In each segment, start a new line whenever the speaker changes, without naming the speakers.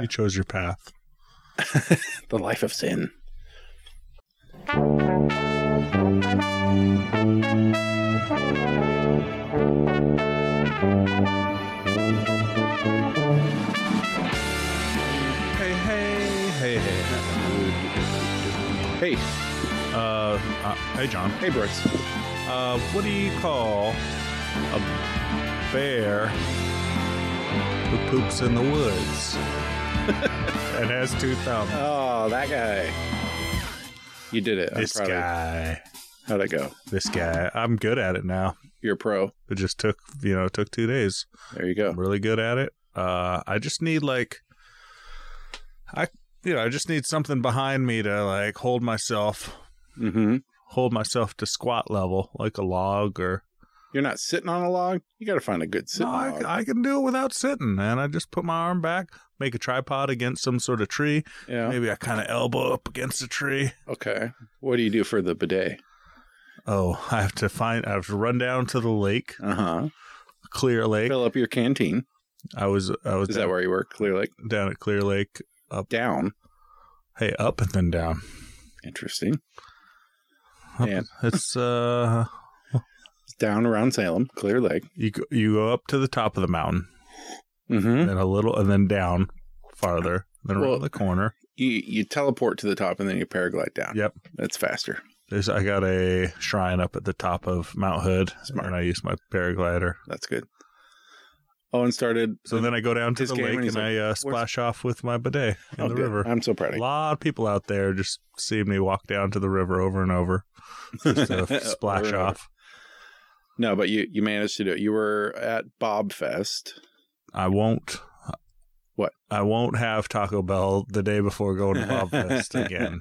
You chose your path.
the life of sin.
Hey, hey, hey, hey.
Hey,
Uh, uh, hey, John.
hey, birds.
Uh, what do you call a bear who poops in the woods and has two thumbs?
Oh, that guy. You did it.
this
of you.
guy.
How'd it go?
This guy. I'm good at it now.
You're a pro.
It just took, you know, it took two days.
There you go.
I'm really good at it. Uh, I just need like, I you know, I just need something behind me to like hold myself,
Mm-hmm.
hold myself to squat level, like a log or.
You're not sitting on a log. You got to find a good sit
No,
log.
I, I can do it without sitting, man. I just put my arm back, make a tripod against some sort of tree.
yeah.
Maybe I kind of elbow up against a tree.
Okay. What do you do for the bidet?
Oh, I have to find. I have to run down to the lake,
Uh huh.
Clear Lake.
Fill up your canteen.
I was, I was
Is
down,
that where you work? Clear Lake
down at Clear Lake.
down.
Hey, up and then down.
Interesting.
Up-
Man.
It's uh,
It's down around Salem. Clear Lake.
you go, you go up to the top of the mountain,
Mm-hmm.
and then a little, and then down farther, then
Well-
around the corner.
You you teleport to the top and then you paraglide down.
Yep.
That's faster.
There's I got a shrine up at the top of Mount Hood,
Smart.
and I use my paraglider.
That's good. Owen started.
So then I go down to
His
the
game,
lake and,
and he's like,
I uh, splash off with my bidet in
Oh,
the
good.
river.
I'm so proud
A
of you.
lot of people out there just see me walk down to the river over and over, just to
Over
splash
and over.
off.
No, but you you managed to do it. You were at Bob Fest.
I won't.
What?
I won't have Taco Bell the day before going to Bob Fest again.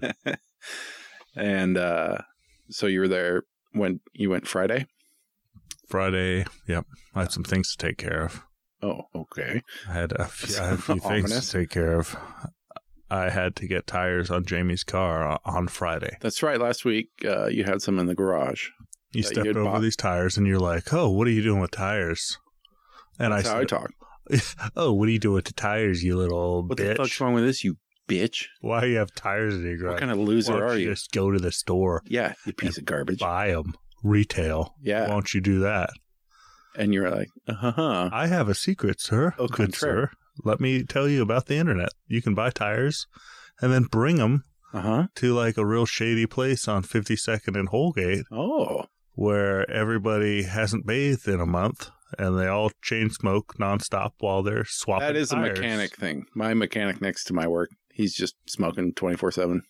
and uh, so you were there when you went Friday.
Friday. Yep, I had some things to take care of.
Oh, okay.
I had a few, I had a few things
Ominous.
to take care of. I had to get tires on Jamie's car o- on Friday.
That's right. Last week uh, you had some in the garage.
You
That you
stepped
had
over
bought.
these tires and you're like, "Oh, what are you doing with tires?" And
That's
I
how
said,
I talk.
"Oh, what are you doing with the tires, you little
What the
bitch?
fuck's wrong with this, you bitch?
Why you have tires in your garage?
What kind of
Why
loser
don't
are you?
Just go to the store,
Yeah, you piece of garbage.
buy them, retail.
Yeah,
Why don't you do that?
and you're like, uh huh.
I have a secret, sir.
Au
good sir.
contraire.
Let me tell you about the internet. You can buy tires, and then bring them
Uh huh.
to like a real shady place on 52nd and Holgate."
Oh,
where everybody hasn't bathed in a month and they all chain smoke nonstop while they're swapping.
that is a
tires.
mechanic thing. My mechanic next to my work, he's just smoking twenty four seven.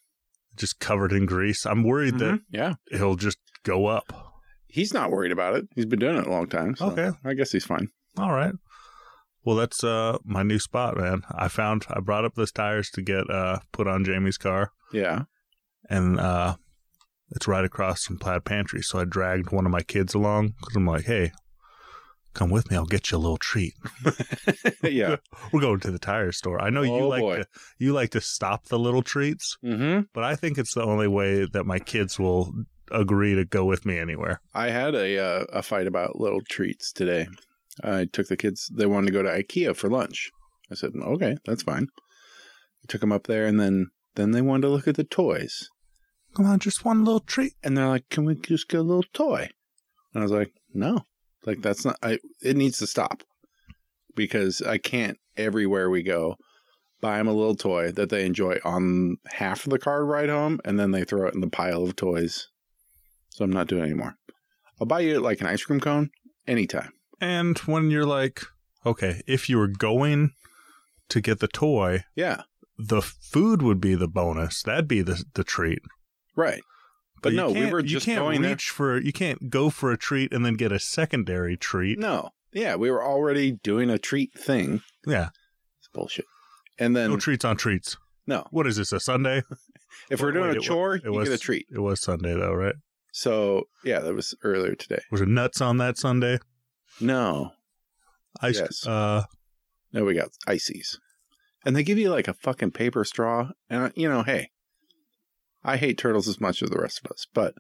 Just covered in grease. I'm worried
Yeah,
that he'll just go up.
he's not worried about it. He's been doing it a long time. So
Okay.
I guess he's fine.
All right. Well, that's uh, my new spot, man. I found I brought up those tires to get uh, put on Jamie's car,
Yeah.
and uh, it's right across from Plaid Pantry. So I dragged one of my kids along because I'm like, "Hey, come with me. I'll get you a little treat."
yeah.
We're going to the tire store. I know you
Oh,
like
boy.
to you like to stop the little treats.
Mm-hmm.
but I think it's the only way that my kids will agree to go with me anywhere.
I had a uh, a fight about little treats today. I took the kids. They wanted to go to IKEA for lunch. I said, okay, that's fine. I took them up there, and then then they wanted to look at the toys,
Come on, just one little treat.
and they're like, "Can we just get a little toy?" And I was like, "No, like that's not. I it needs to stop because I can't everywhere we go." Buy them a little toy that they enjoy on half of the car ride home, and then they throw it in the pile of toys. So I'm not doing it anymore. I'll buy you like an ice cream cone anytime.
And when you're like, okay, if you were going to get the toy,
Yeah,
the food would be the bonus. That'd be the the treat.
right. But
you
no, we
can't-
were
you
just
can't
going there.
reach for you can't go for a treat and then get a secondary treat.
No, yeah, we were already doing a treat thing.
Yeah,
It's bullshit. And then
no treats on treats.
no,
What is this? A Sunday?
if we're
Wait,
doing
it
a
wa-
chore,
it
you
was-
get a treat.
It was Sunday though, right?
So yeah, that was earlier today.
Was it nuts on that Sunday?
No,
Ice.
Yes.
Uh,
no, we got ices, and they give you like a fucking paper straw. And I- you know, hey, I hate turtles as much as the rest of us, but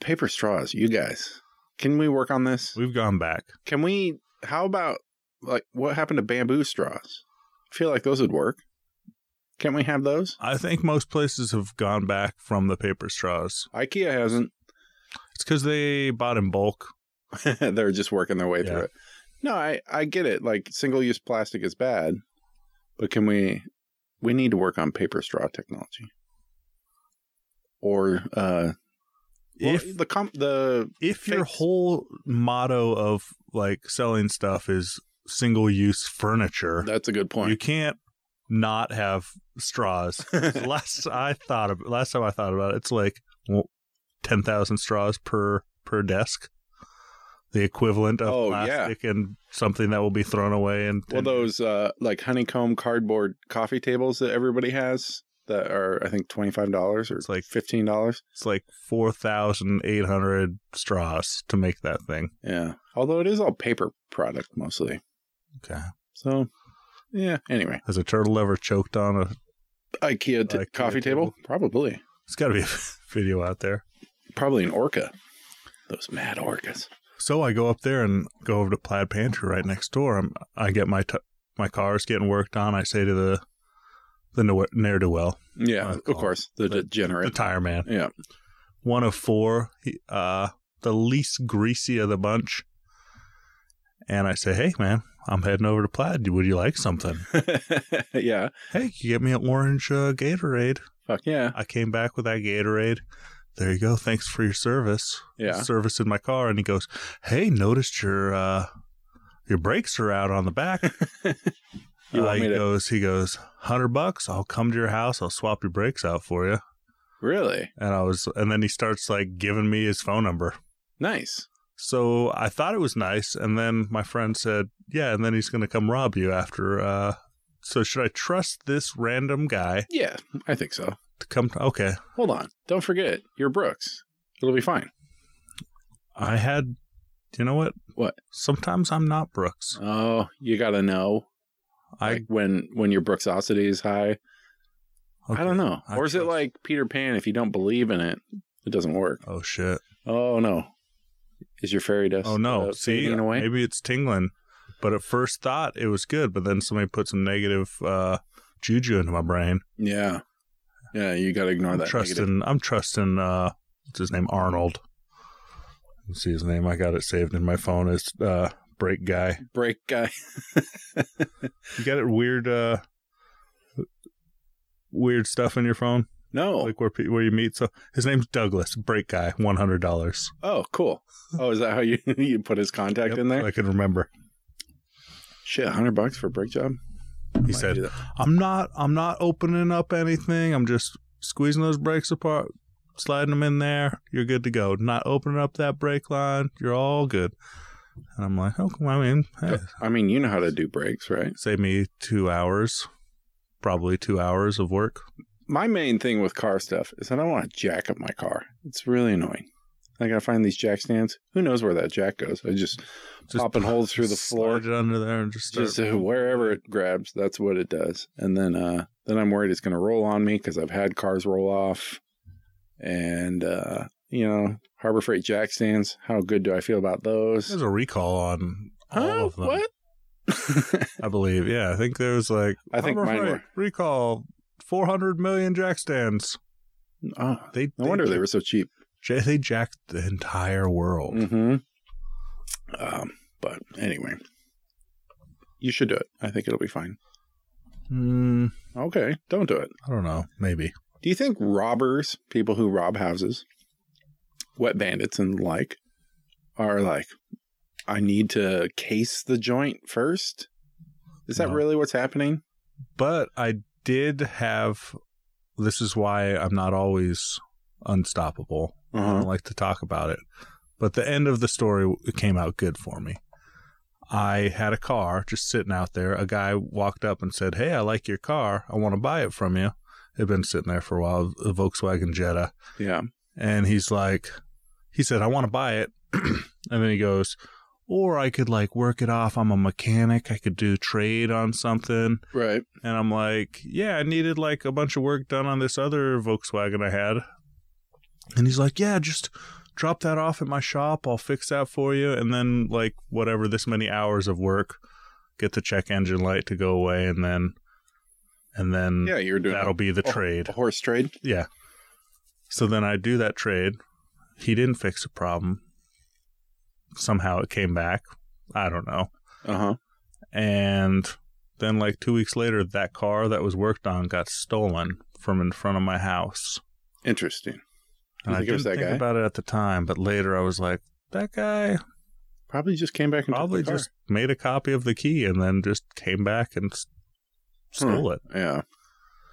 paper straws, you guys, can we work on this?
we've gone back.
Can we? How about like what happened to bamboo straws? feel like those would work. Can't we have those?
I think most places have gone back from the paper straws.
IKEA hasn't.
It's because they bought in bulk.
They're just working their way
Yeah.
through it. No, I I get it. Like single use plastic is bad, but can we? We need to work on paper straw technology, or uh, well,
if
the comp the
if your
fix-
whole motto of like selling stuff is single use furniture,
that's a good
you
point.
can't not have straws. The last I thought of last time I thought about it, it's like well, ten thousand straws per per desk. The equivalent of
Oh, yeah.
plastic and something that will be thrown away and,
well,
and
those uh, like honeycomb cardboard coffee tables that everybody has that are I think twenty five dollars or
It's like-
fifteen dollars.
it's like four thousand eight hundred straws to make that thing.
Yeah, although it is all paper product mostly.
Okay.
So yeah. Anyway,
Has a turtle ever choked on a
IKEA, t-
IKEA
coffee table? probably
it's gotta be a video out there.
probably an orca. Those mad orcas.
So I go up there and go over to Plaid Pantry right next door. I'm, I get my t- my car's getting worked on. I say to the the ne'er do well,
Yeah,
Uh,
of
call.
course the
The- the
degenerate.
tire man,
yeah,
one of four, he, uh, the least greasy of the bunch. And I say, hey man, I'm heading over to Plaid. Would you like something?
yeah.
hey, can you get me an orange uh, Gatorade?
Fuck yeah,
I came back with that Gatorade. There you go. Thanks for your service.
yeah.
service in my car and he goes, Hey, noticed your uh your brakes are out on the back.
You
Uh,
want
he
me to
goes, he goes, hundred bucks, I'll come to your house, I'll swap your brakes out for you.
really
And I was and then he starts like giving me his phone number.
nice?
So I thought it was nice, and then my friend said, Yeah, and then he's gonna come rob you after uh so should I trust this random guy
Yeah, I think so.
to come okay.
Hold on, don't forget you're Brooks. It'll be fine.
I had you know what?
What?
Sometimes I'm not Brooks.
Oh, you gotta know.
I-
like when when your Brooksosity is high.
Okay.
I don't know.
I
or is it
trust-
like Peter Pan? If you don't believe in it, it doesn't work.
Oh shit.
Oh no, is your fairy dust?
Oh no!
uh,
See,
fading away?
maybe it's tingling, but at first thought it was good, but then somebody put some negative uh, juju into my brain.
Yeah, yeah. You gotta ignore
I'm
that.
trusting.
negative-
I'm trusting. Uh, what's his name? Arnold. Let's see his name. I got it saved in my phone as uh, Break Guy.
break guy.
You got it weird. Uh, weird stuff in your phone,
No.
like where pe- where you meet. So his name's Douglas Break Guy. One hundred dollars.
oh, cool. Oh, is that how you you put his contact in there?
I can remember.
Shit, hundred bucks for a break job.
He
Might
said,
do that.
I'm not I'm not opening up anything. I'm just squeezing those brakes apart, sliding them in there. You're good to go. Not opening up that brake line. You're all good. And I'm like, okay, well, I mean, hey,
I mean, you know how to do breaks, right?
save me two hours, probably two hours of work.
My main thing with car stuff is I don't want to jack up my car. It's really annoying. I gotta find these jack stands. Who knows where that jack goes? I just,
Just
pop and hold through the floor.
slide it under there and just, start-
just uh, wherever it grabs, that's what it does. And then, uh, then I'm worried it's gonna roll on me because I've had cars roll off. And uh, you know, Harbor Freight jack stands. How good do I feel about those?
There's a recall on all
Huh?
of them,
What?
I believe. Yeah, I think there was like
I think
Harbor
mine
Freight recall 400 million jack stands.
oh,
They
no wonder they were so cheap.
ja- they jacked the entire world.
Mm-hmm. Um, but anyway, you should do it. I think it'll be fine.
Mm.
Okay, don't do it.
I don't know. Maybe.
Do you think robbers, people who rob houses, wet bandits and the like, are like, I need to case the joint first? Is that
No.
really what's happening?
But I did have. This is why I'm not always unstoppable. I
Uh-huh.
don't like to talk about it. But the end of the story came out good for me. I had a car just sitting out there. A guy walked up and said, Hey, I like your car. I want to buy it from you. It had been sitting there for a while, a Volkswagen Jetta.
Yeah.
and he's like he said i want to buy it and then he goes or i could like work it off i'm a mechanic i could do trade on something
Right.
and i'm like yeah i needed like a bunch of work done on this other volkswagen i had and he's like yeah just drop that off at my shop i'll fix that for you and then like whatever this many hours of work get the check engine light to go away and then and then
Yeah, you're doing
Mm. that'll be the
Oh.
trade.
a horse trade.
Yeah. So then I do that trade. He didn't fix the problem. Somehow it came back. I don't know.
Uh huh.
And then, like two weeks later, that car that was worked on got stolen from in front of my house.
Interesting.
And
You
I
think it
didn't
was that
think
guy?
about it at the time, but later I was like, that guy
Probably just came back and took
probably
the car.
just made a copy of the key and then just came back and s- stole it.
Yeah.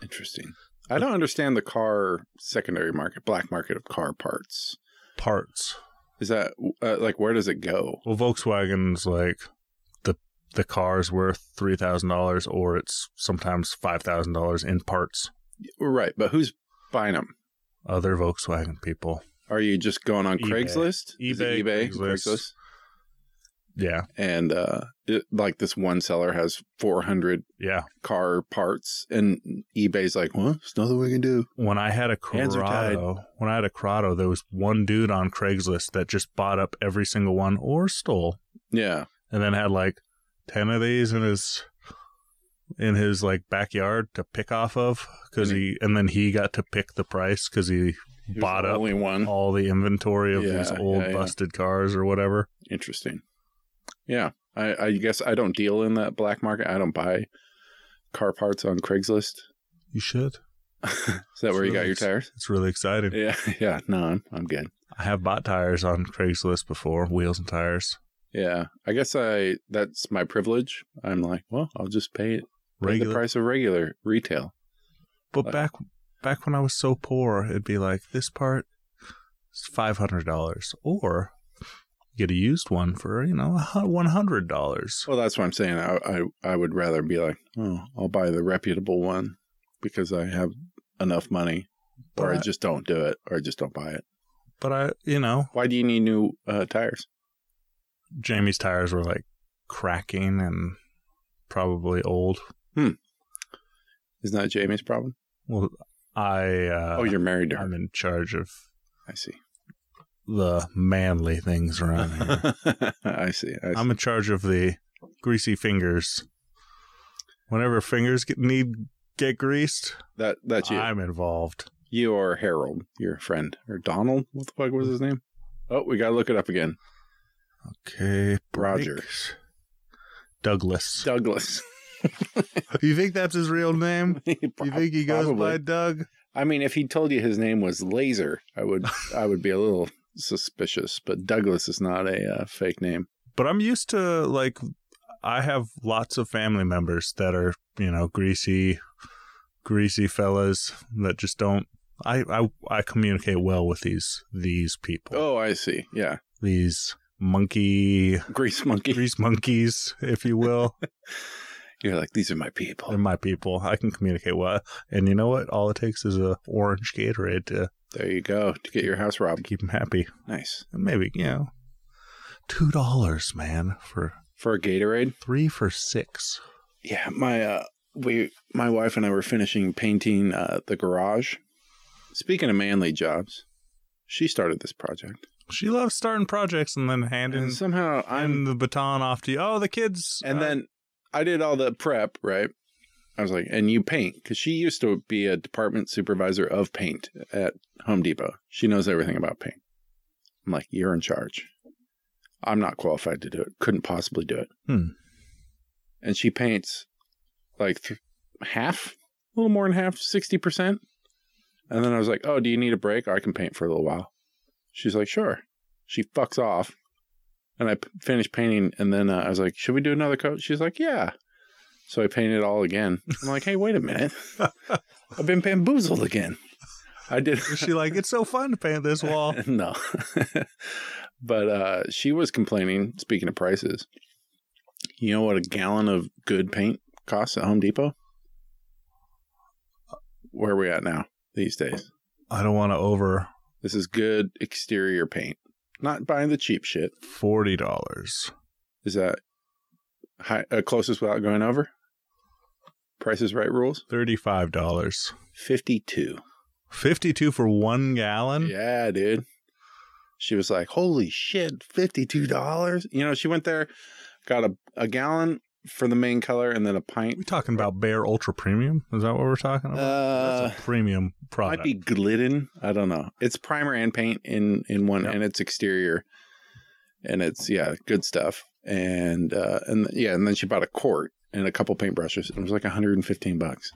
Interesting. I don't understand the car secondary market, black market of car parts.
Parts.
Is that uh, like where does it go?
Well, Volkswagen's like the the car's worth three thousand dollars, or it's sometimes five thousand dollars in parts.
Right, but who's buying them?
Other Volkswagen people,
Are you just going on
eBay.
Craigslist? Is it
eBay,
eBay,
Craigslist.
Craigslist.
yeah,
And uh, it, like this one seller has 400
yeah.
car parts, and eBay's like, well, there's nothing we can do.
When I had a
Hands are tied.
Corrado, when I had a Corrado, there was one dude on Craigslist that just bought up every single one or stole,
Yeah.
and then had like ten of these in his in his like backyard to pick off of because
And
he and then he got to pick the price because he
He was
bought
the
up Oh.
Only one.
all the inventory of
Hmm. Yeah,
these old
yeah, yeah.
busted cars or whatever.
Interesting. Yeah. I, I guess I don't deal in that black market. I don't buy car parts on Craigslist.
You should.
Is that where you got your tires?
It's really exciting.
Yeah, yeah. No, I'm I'm good.
I have bought tires on Craigslist before, wheels and tires.
Yeah, I guess I that's my privilege. I'm like, well, I'll just pay it pay the
Regular,
price of regular retail.
but back back when I was so poor, it'd be like this part is five hundred dollars, or you get a used one for you know one hundred dollars.
Well, that's what I'm saying. I I, I would rather be like, oh, I'll buy the reputable one because I have enough money, or I
But,
just don't do it, or I just don't buy it.
but I, you know,
Why do you need new uh, tires?
Jamie's tires were like cracking and probably old.
Isn't that Jamie's problem?
Well, I uh,
oh, you're married to her.
I'm in charge of
I see.
the manly things around here.
I see. I see.
I'm in charge of the greasy fingers. Whenever fingers get, need get greased,
that that's you.
I'm involved.
you or Harold, your friend, or Donald. What the fuck was his name? Oh, we gotta look it up again.
Okay,
Roger.
break. Douglas.
Douglas.
you think that's his real name?
you
You think he goes by Doug?
I mean, if he told you his name was Laser, I would I would be a little suspicious. But Douglas is not a uh, fake name.
But I'm used to like I have lots of family members that are you know greasy, greasy fellas that just don't. I I, I communicate well with these these people.
Oh, I see. Yeah,
These monkey
Grease Monkey.
grease monkeys, if you will.
You're like these are my
They're
people.
my people. I can communicate well. And you know what? All it takes is a orange Gatorade to,
There you go to get your house
to
robbed.
keep them happy.
Nice
And maybe, you know, two dollars, man, for
for a Gatorade.
three for six.
Yeah, my uh, we my wife and I were finishing painting uh, the garage. Speaking of manly jobs, she started this project,
She loves starting projects and then handing
and somehow I'm
handing the baton off to you. Oh, the kids.
And
uh,
then I did all the prep, right? I was like, and you paint because she used to be a department supervisor of paint at Home Depot. She knows everything about paint. I'm like, you're in charge. I'm not qualified to do it. Couldn't possibly do it.
Hmm.
And she paints like th- half, a little more than half, 60%. And then I was like, oh, do you need a break? I can paint for a little while. She's like, sure. She fucks off and I p- finished painting. And then uh, I was like, "Should we do another coat?" She's like, "Yeah." So I painted all again. I'm like, "Hey, wait a minute! I've been bamboozled again." I did.
Uh, is she like, it's so fun to paint this wall.
no, but uh, she was complaining. Speaking of prices, you know what a gallon of good paint costs at Home Depot? Uh, Where are we at now these days?
I don't want to over
This is good exterior paint. Not buying the cheap shit.
forty dollars.
Is that high, uh, closest without going over? Price is Right rules?
Thirty-five dollars.
52.
Fifty-two for one gallon.
Yeah, dude. She was like, holy shit, $52? You know, she went there, got a, a gallon for the main color and then a pint.
We talking about Bear Ultra Premium? Is that what we're talking about?
Uh,
Oh, That's a premium
might
product.
be Glidden. I don't know. It's primer and paint in in one,
Yep.
and it's exterior, and it's yeah, good stuff. And uh, and yeah, and then she bought a quart and a couple paintbrushes. It was like 115 bucks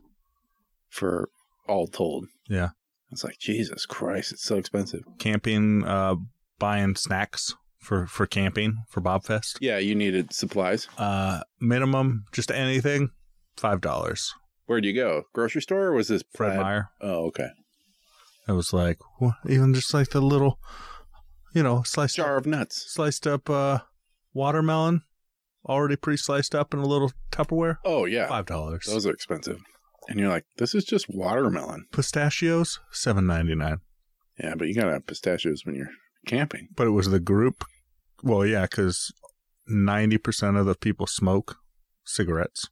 for all told.
Yeah.
it's like Jesus Christ, it's so expensive.
camping, uh, buying snacks for for camping for Bobfest.
Yeah, you needed supplies.
Uh, minimum, just anything, five dollars.
Where'd you go? Grocery store or was this
Fred
plaid-
Meyer.
Oh, okay.
I was like, wha- even just like the little, you know, sliced up,
Jar of nuts.
sliced up uh, watermelon, already pre-sliced up in a little Tupperware,
Oh yeah,
five dollars.
those are expensive. And you're like, this is just watermelon.
Pistachios, seven ninety nine.
Yeah, but you gotta have pistachios when you're camping.
But it was the group. Well, yeah, because ninety percent of the people smoke cigarettes.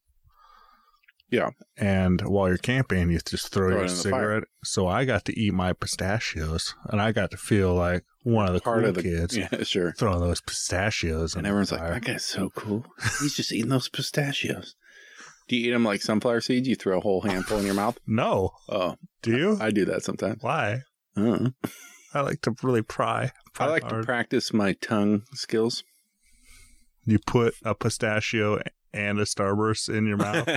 Yeah.
And while you're camping, you just throw,
Throw it
your
in the
cigarette. So I got to eat my pistachios, and I got to feel like one of the
Part
cool
of the
kids
Yeah, sure.
throwing those pistachios. in
And
the
everyone's like,
fire.
that guy's so cool. He's just eating those pistachios. Do you eat them like sunflower seeds? You throw a whole handful in your mouth?
"No,
Oh,
do you?
I do that sometimes.
Why?
Uh-huh.
I like to really pry.
I
pry
like to
hard.
practice my tongue skills.
you put a pistachio and a starburst in your mouth.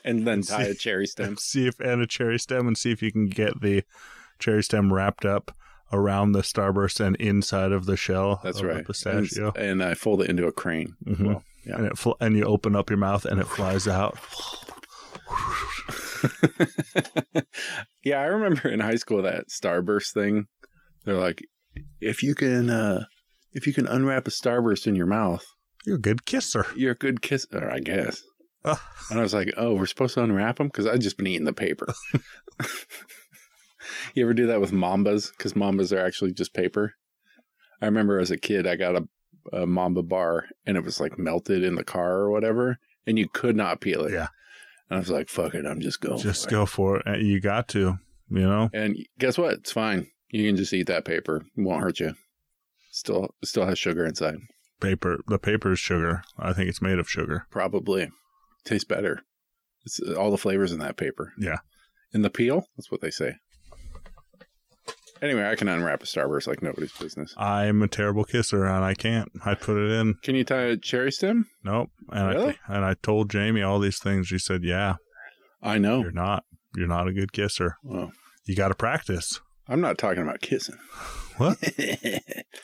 and then tie a cherry stem.
and see if and a cherry stem and see if you can get the cherry stem wrapped up around the starburst and inside of the shell.
That's
of the
right. And-
pistachio.
And, I fold it into a crane.
Mhm.
Well, yeah.
And it fl- and you open up your mouth and it flies out.
yeah, I remember in high school that starburst thing. They're like, if you can, uh, if you can unwrap a starburst in your mouth,
You're a good kisser.
you're a good kiss. Or I guess.
Ugh.
And I was like, oh, we're supposed to unwrap them because I've just been eating the paper. you ever do that with mambas? Because mambas are actually just paper. I remember as a kid, I got a, a mamba bar and it was like melted in the car or whatever, and you could not peel it.
Yeah.
And I was like, fuck it, I'm just going.
Just
for it.
go for it. Uh, You got to, you know.
And guess what? It's fine. You can just eat that paper. It won't hurt you. Still still has sugar inside.
Paper. The paper is sugar. I think it's made of sugar.
Probably. Tastes better. It's uh, all the flavors in that paper.
Yeah.
In the peel, that's what they say. Anyway, I can unwrap a Starburst like nobody's business.
I'm a terrible kisser and I can't. I put it in.
Can you tie a cherry stem?
Nope. And
Really?
I and I told Jamie all these things. She said, "Yeah,
I know.
you're not. You're not a good kisser.
Well,
You got to practice."
I'm not talking about kissing.
What?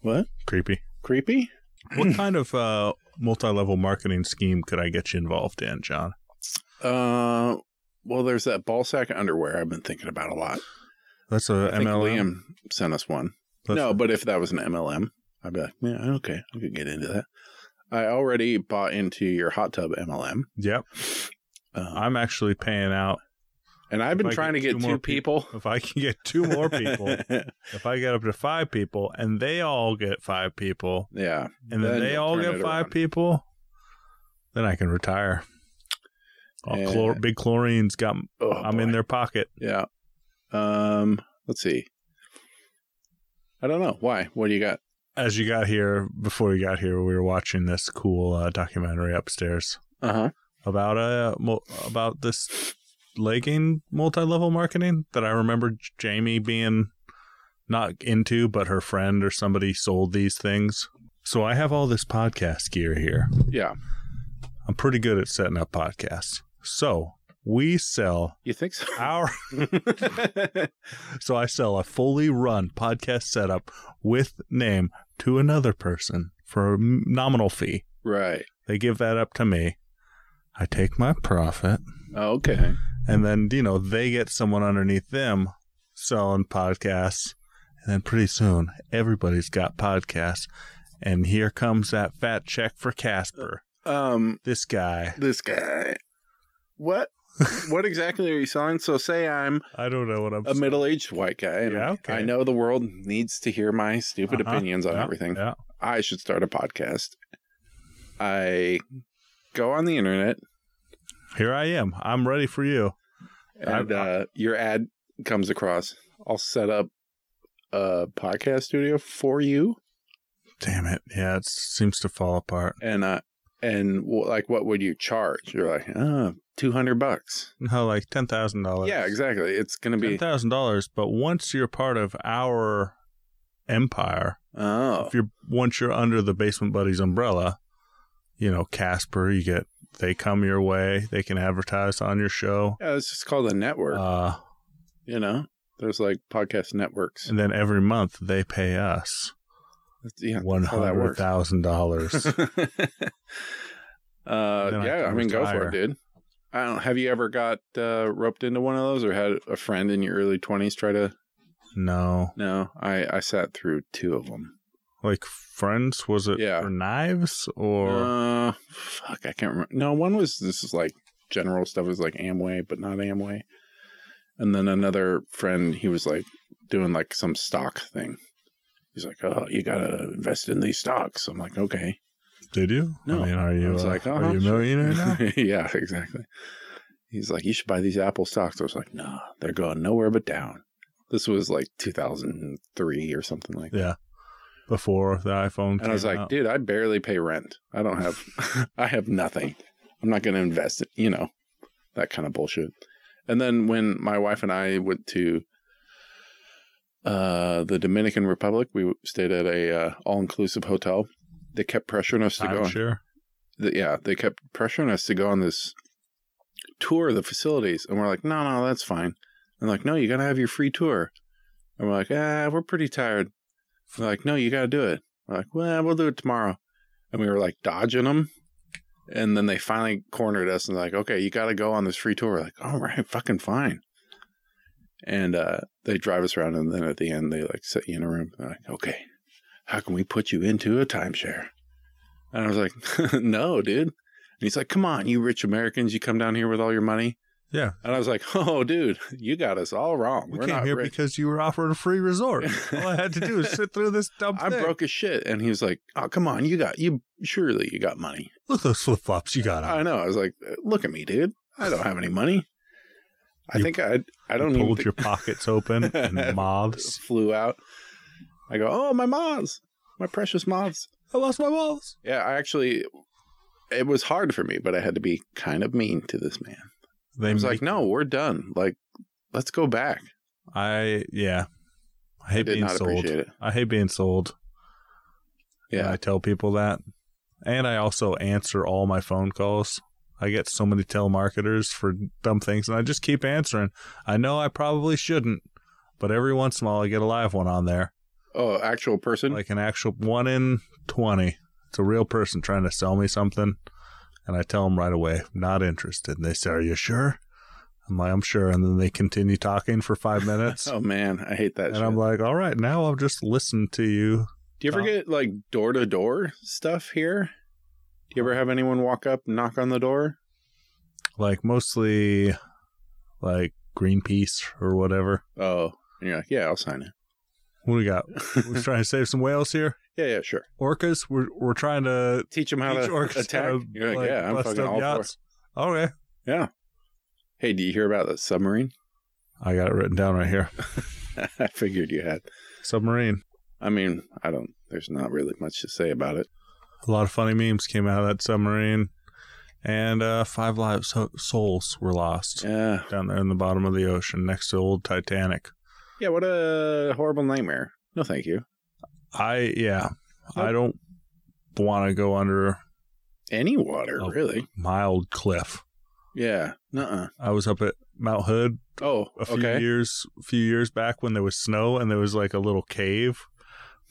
what?
Creepy.
Creepy?
What kind of uh, multi-level marketing scheme could I get you involved in, John?
Uh well, there's that ball sack underwear I've been thinking about a lot.
That's a
I think
MLM.
Liam sent us one.
That's-
no, but if that was an MLM, I'd be like, yeah, okay, I could get into that. I already bought into your hot tub MLM,
Yep.
uh,
I'm actually paying out.
and I've
if
been
I
trying to
get
get
two
two,
more
people,
If I can get two more people, if I get up to five people, and they all get five people,
yeah,
and then,
Then
they
you'll
all
turn
get
it
five
around.
people, then I can retire. All
Yeah.
chlor- big chlorine's got.
Eh. oh,
I'm in
boy.
their pocket.
Yeah. Um. Let's see. I don't know why. What do you got?
As you got here, before you got here, we were watching this cool uh, documentary upstairs.
Uh
Uh-huh.
huh.
about uh mul- about this legging multi-level marketing that I remember J- Jamie being not into, but her friend or somebody sold these things. So I have all this podcast gear here.
Yeah.
I'm pretty good at setting up podcasts. So we sell
You think so?
our so I sell a fully run podcast setup with name to another person for a m- nominal fee.
right.
They give that up to me. I take my profit
Okay.
and then you know they get someone underneath them selling podcasts and then pretty soon everybody's got podcasts and here comes that fat check for casper
Um.
this guy
This guy. What? what exactly are you selling? So say I'm
i don't know what i'm
a middle-aged white guy, and
Yeah, okay.
I know the world needs to hear my stupid
Uh-huh.
opinions on
Yeah,
everything.
yeah.
I should start a podcast. I go on the internet,
here i am i'm ready for you
and
I- I-
uh, your ad comes across. I'll set up a podcast studio for you,
damn it yeah it seems to fall apart
and uh, and well, like what would you charge you're like uh 200 bucks
No, like ten thousand dollars.
yeah exactly it's gonna
Ten
be
thousand dollars. But once you're part of our empire,
oh
if you're once you're under the basement buddies umbrella, you know Casper, you get they come your way. They can advertise on your show.
yeah it's just called a network
Uh,
you know there's like podcast networks
and then every month they pay us
That's- yeah
one
that's how that
hundred
works.
thousand dollars.
uh
Then I
yeah i,
can
mean go for
retire.
it dude I don't, have you ever got uh, roped into one of those or had a friend in your early 20s try to
No,
no i i sat through two of them
like Friends was it
Yeah.
for knives or
uh, fuck, I can't remember. No, one was this is like general stuff. It was like Amway, but not Amway. And then another friend, he was like doing like some stock thing. He's like, "Oh, you gotta invest in these stocks." I'm like, "Okay."
did you?
No.
I mean, are
I
you
was
uh,
like,
are
uh-huh,
you a
sure.
millionaire now?
yeah, exactly. He's like, "You should buy these Apple stocks." I was like, "Nah, they're going nowhere but down." This was like 2003 or something like that.
yeah, before the iPhone.
And I was like, "Dude, I barely pay rent. I don't have, I have nothing. I'm not going to invest it. You know, that kind of bullshit." And then when my wife and I went to uh, the Dominican Republic, we stayed at a uh, all inclusive hotel. They kept pressuring us to go. On,
timeshare.
th- yeah, they kept pressuring us to go on this tour of the facilities, and we're like, "No, no, that's fine." And like, "No, you got to have your free tour." And we're like, "Ah, we're pretty tired." They're like, no, you got to do it. We're like, well, we'll do it tomorrow. And we were like dodging them. And then they finally cornered us and like, okay, you got to go on this free tour. We're like, all right, fucking fine. And uh, they drive us around. And then at the end, they like set you in a room. They're like, okay, how can we put you into a timeshare? And I was like, no, dude. And he's like, come on, you rich Americans, you come down here with all your money.
Yeah.
And I was like, oh, dude, you got us all wrong.
We
We're
came
not
here
rich.
because you were offered a free resort. All I had to do is sit through this dumb
I'm
thing.
broke as shit. And he was like, Oh, come on, you got you surely you got money.
Look at those flip flops you got on.
I know. I was like, "Uh, Look at me, dude. I don't have any money. I
You-
think I I don't
you
even
pulled
think
your pockets open and moths.
flew out. I go, Oh, my moths. My precious moths.
I lost my balls.
Yeah, I actually it was hard for me, but I had to be kind of mean to this man.
They
I was
make-
like, No, we're done. Like, let's go back.
I yeah. I hate
I did
being
not
sold.
appreciate it.
I hate being sold.
Yeah.
I tell people that. And I also answer all my phone calls. I get so many telemarketers for dumb things, and I just keep answering. I know I probably shouldn't, but every once in a while I get a live one on there,
Oh, actual person?
like an actual one in 20. It's a real person trying to sell me something, and I tell them right away, not interested. And they say, Are you sure? I'm like, I'm sure. And then they continue talking for five minutes.
oh man, I hate that
and
shit.
I'm like, All right, now I'll just listen to you
Do you ever
Oh.
get like door to door stuff here? Do you ever have anyone walk up, knock on the door?
like mostly like Greenpeace or whatever.
Oh, and you're like, yeah, I'll sign
What do we got? We're
it.
trying to save some whales here.
yeah, yeah, sure.
Orcas. We're we're trying to
Teach them how
teach
to
orcas
attack.
how to
you're like,
like,
yeah, I'm
bust
fucking
up
all for it.
yachts. Okay,
Yeah. Hey, do you hear about the submarine?
I got it written down right here.
I figured you had.
Submarine.
I mean, I don't. There's not really much to say about it.
A lot of funny memes came out of that submarine, and uh, five live so- souls were lost
Yeah.
down there in the bottom of the ocean next to old Titanic.
Yeah. What a horrible nightmare. No, thank you.
I yeah, I don't want to go under
Any water,
Oh.
really?
mild cliff.
Yeah. Nuh-uh.
I was up at Mount Hood
Oh,
a few
okay.
years a few years back when there was snow and there was like a little cave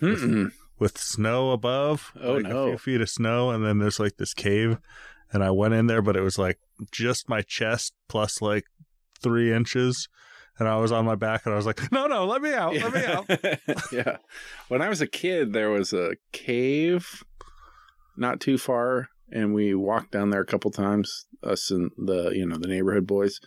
Mm-mm.
with snow above
Oh,
like a
no.
few feet of snow and then there's like this cave and i went in there but it was like just my chest plus like three inches and i was on my back and i was like no no let me out let me out
yeah. When I was a kid, there was a cave not too far, and we walked down there a couple times, us and the you know the neighborhood boys,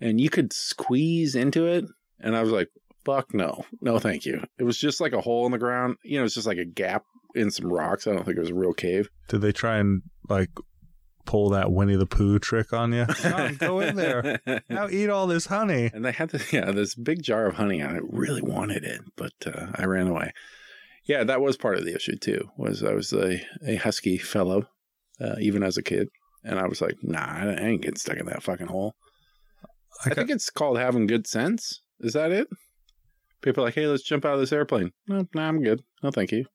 and you could squeeze into it, and I was like, "Fuck no, no, thank you." It was just like a hole in the ground, you know, it's just like a gap in some rocks. I don't think it was a real cave.
did they try and like pull that winnie the pooh trick on you John, go in there now eat all this honey
And they had this, yeah, this big jar of honey, and I really wanted it, but uh, I ran away. Yeah, that was part of the issue too. Was I was a, a husky fellow, uh, even as a kid. And I was like, nah, I ain't getting stuck in that fucking hole.
I
I
got-
think it's called having good sense. Is that it? People are like, hey, let's jump out of this airplane. No, nah, I'm good. No, thank you.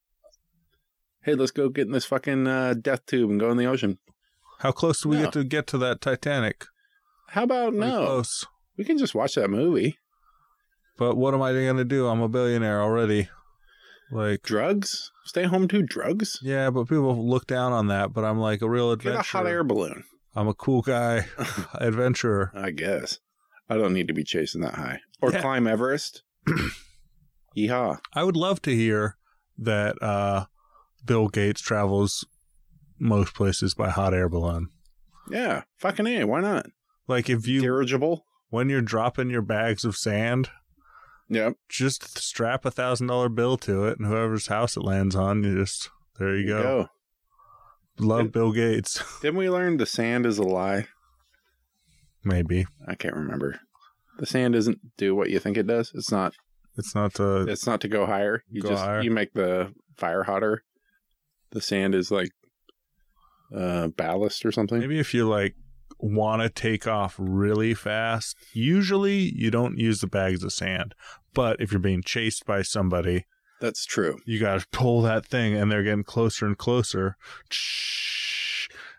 Hey, let's go get in this fucking uh, death tube and go in the ocean.
how close do we
No.
get to get to that Titanic?
How about
Pretty
no?
close.
We can just watch that movie.
But what am I going to do? I'm a billionaire already. Like,
Drugs? Stay home too. drugs?
yeah, but people look down on that. But I'm like a real
Get a hot
adventurer.
air balloon,
I'm a cool guy, adventurer.
I guess. I don't need to be chasing that high. Or
Yeah.
climb Everest. Yeehaw.
I would love to hear that uh, Bill Gates travels most places by hot air balloon.
Yeah. Fucking A. Why not?
Like if you
Dirigible.
when you're dropping your bags of sand,
Yep.
just strap a thousand dollar bill to it, and whoever's house it lands on, you just there you go. Love
It-
Bill Gates,
Didn't we learn the sand is a lie?
maybe
I can't remember. The sand doesn't do what you think it does. It's not.
it's not the
It's not to go higher. You
Go
just
higher.
you make the fire hotter. The sand is like uh ballast or something.
maybe if you like want to take off really fast. Usually, you don't use the bags of sand, but if you're being chased by somebody,
That's true.
you got to pull that thing, and they're getting closer and closer,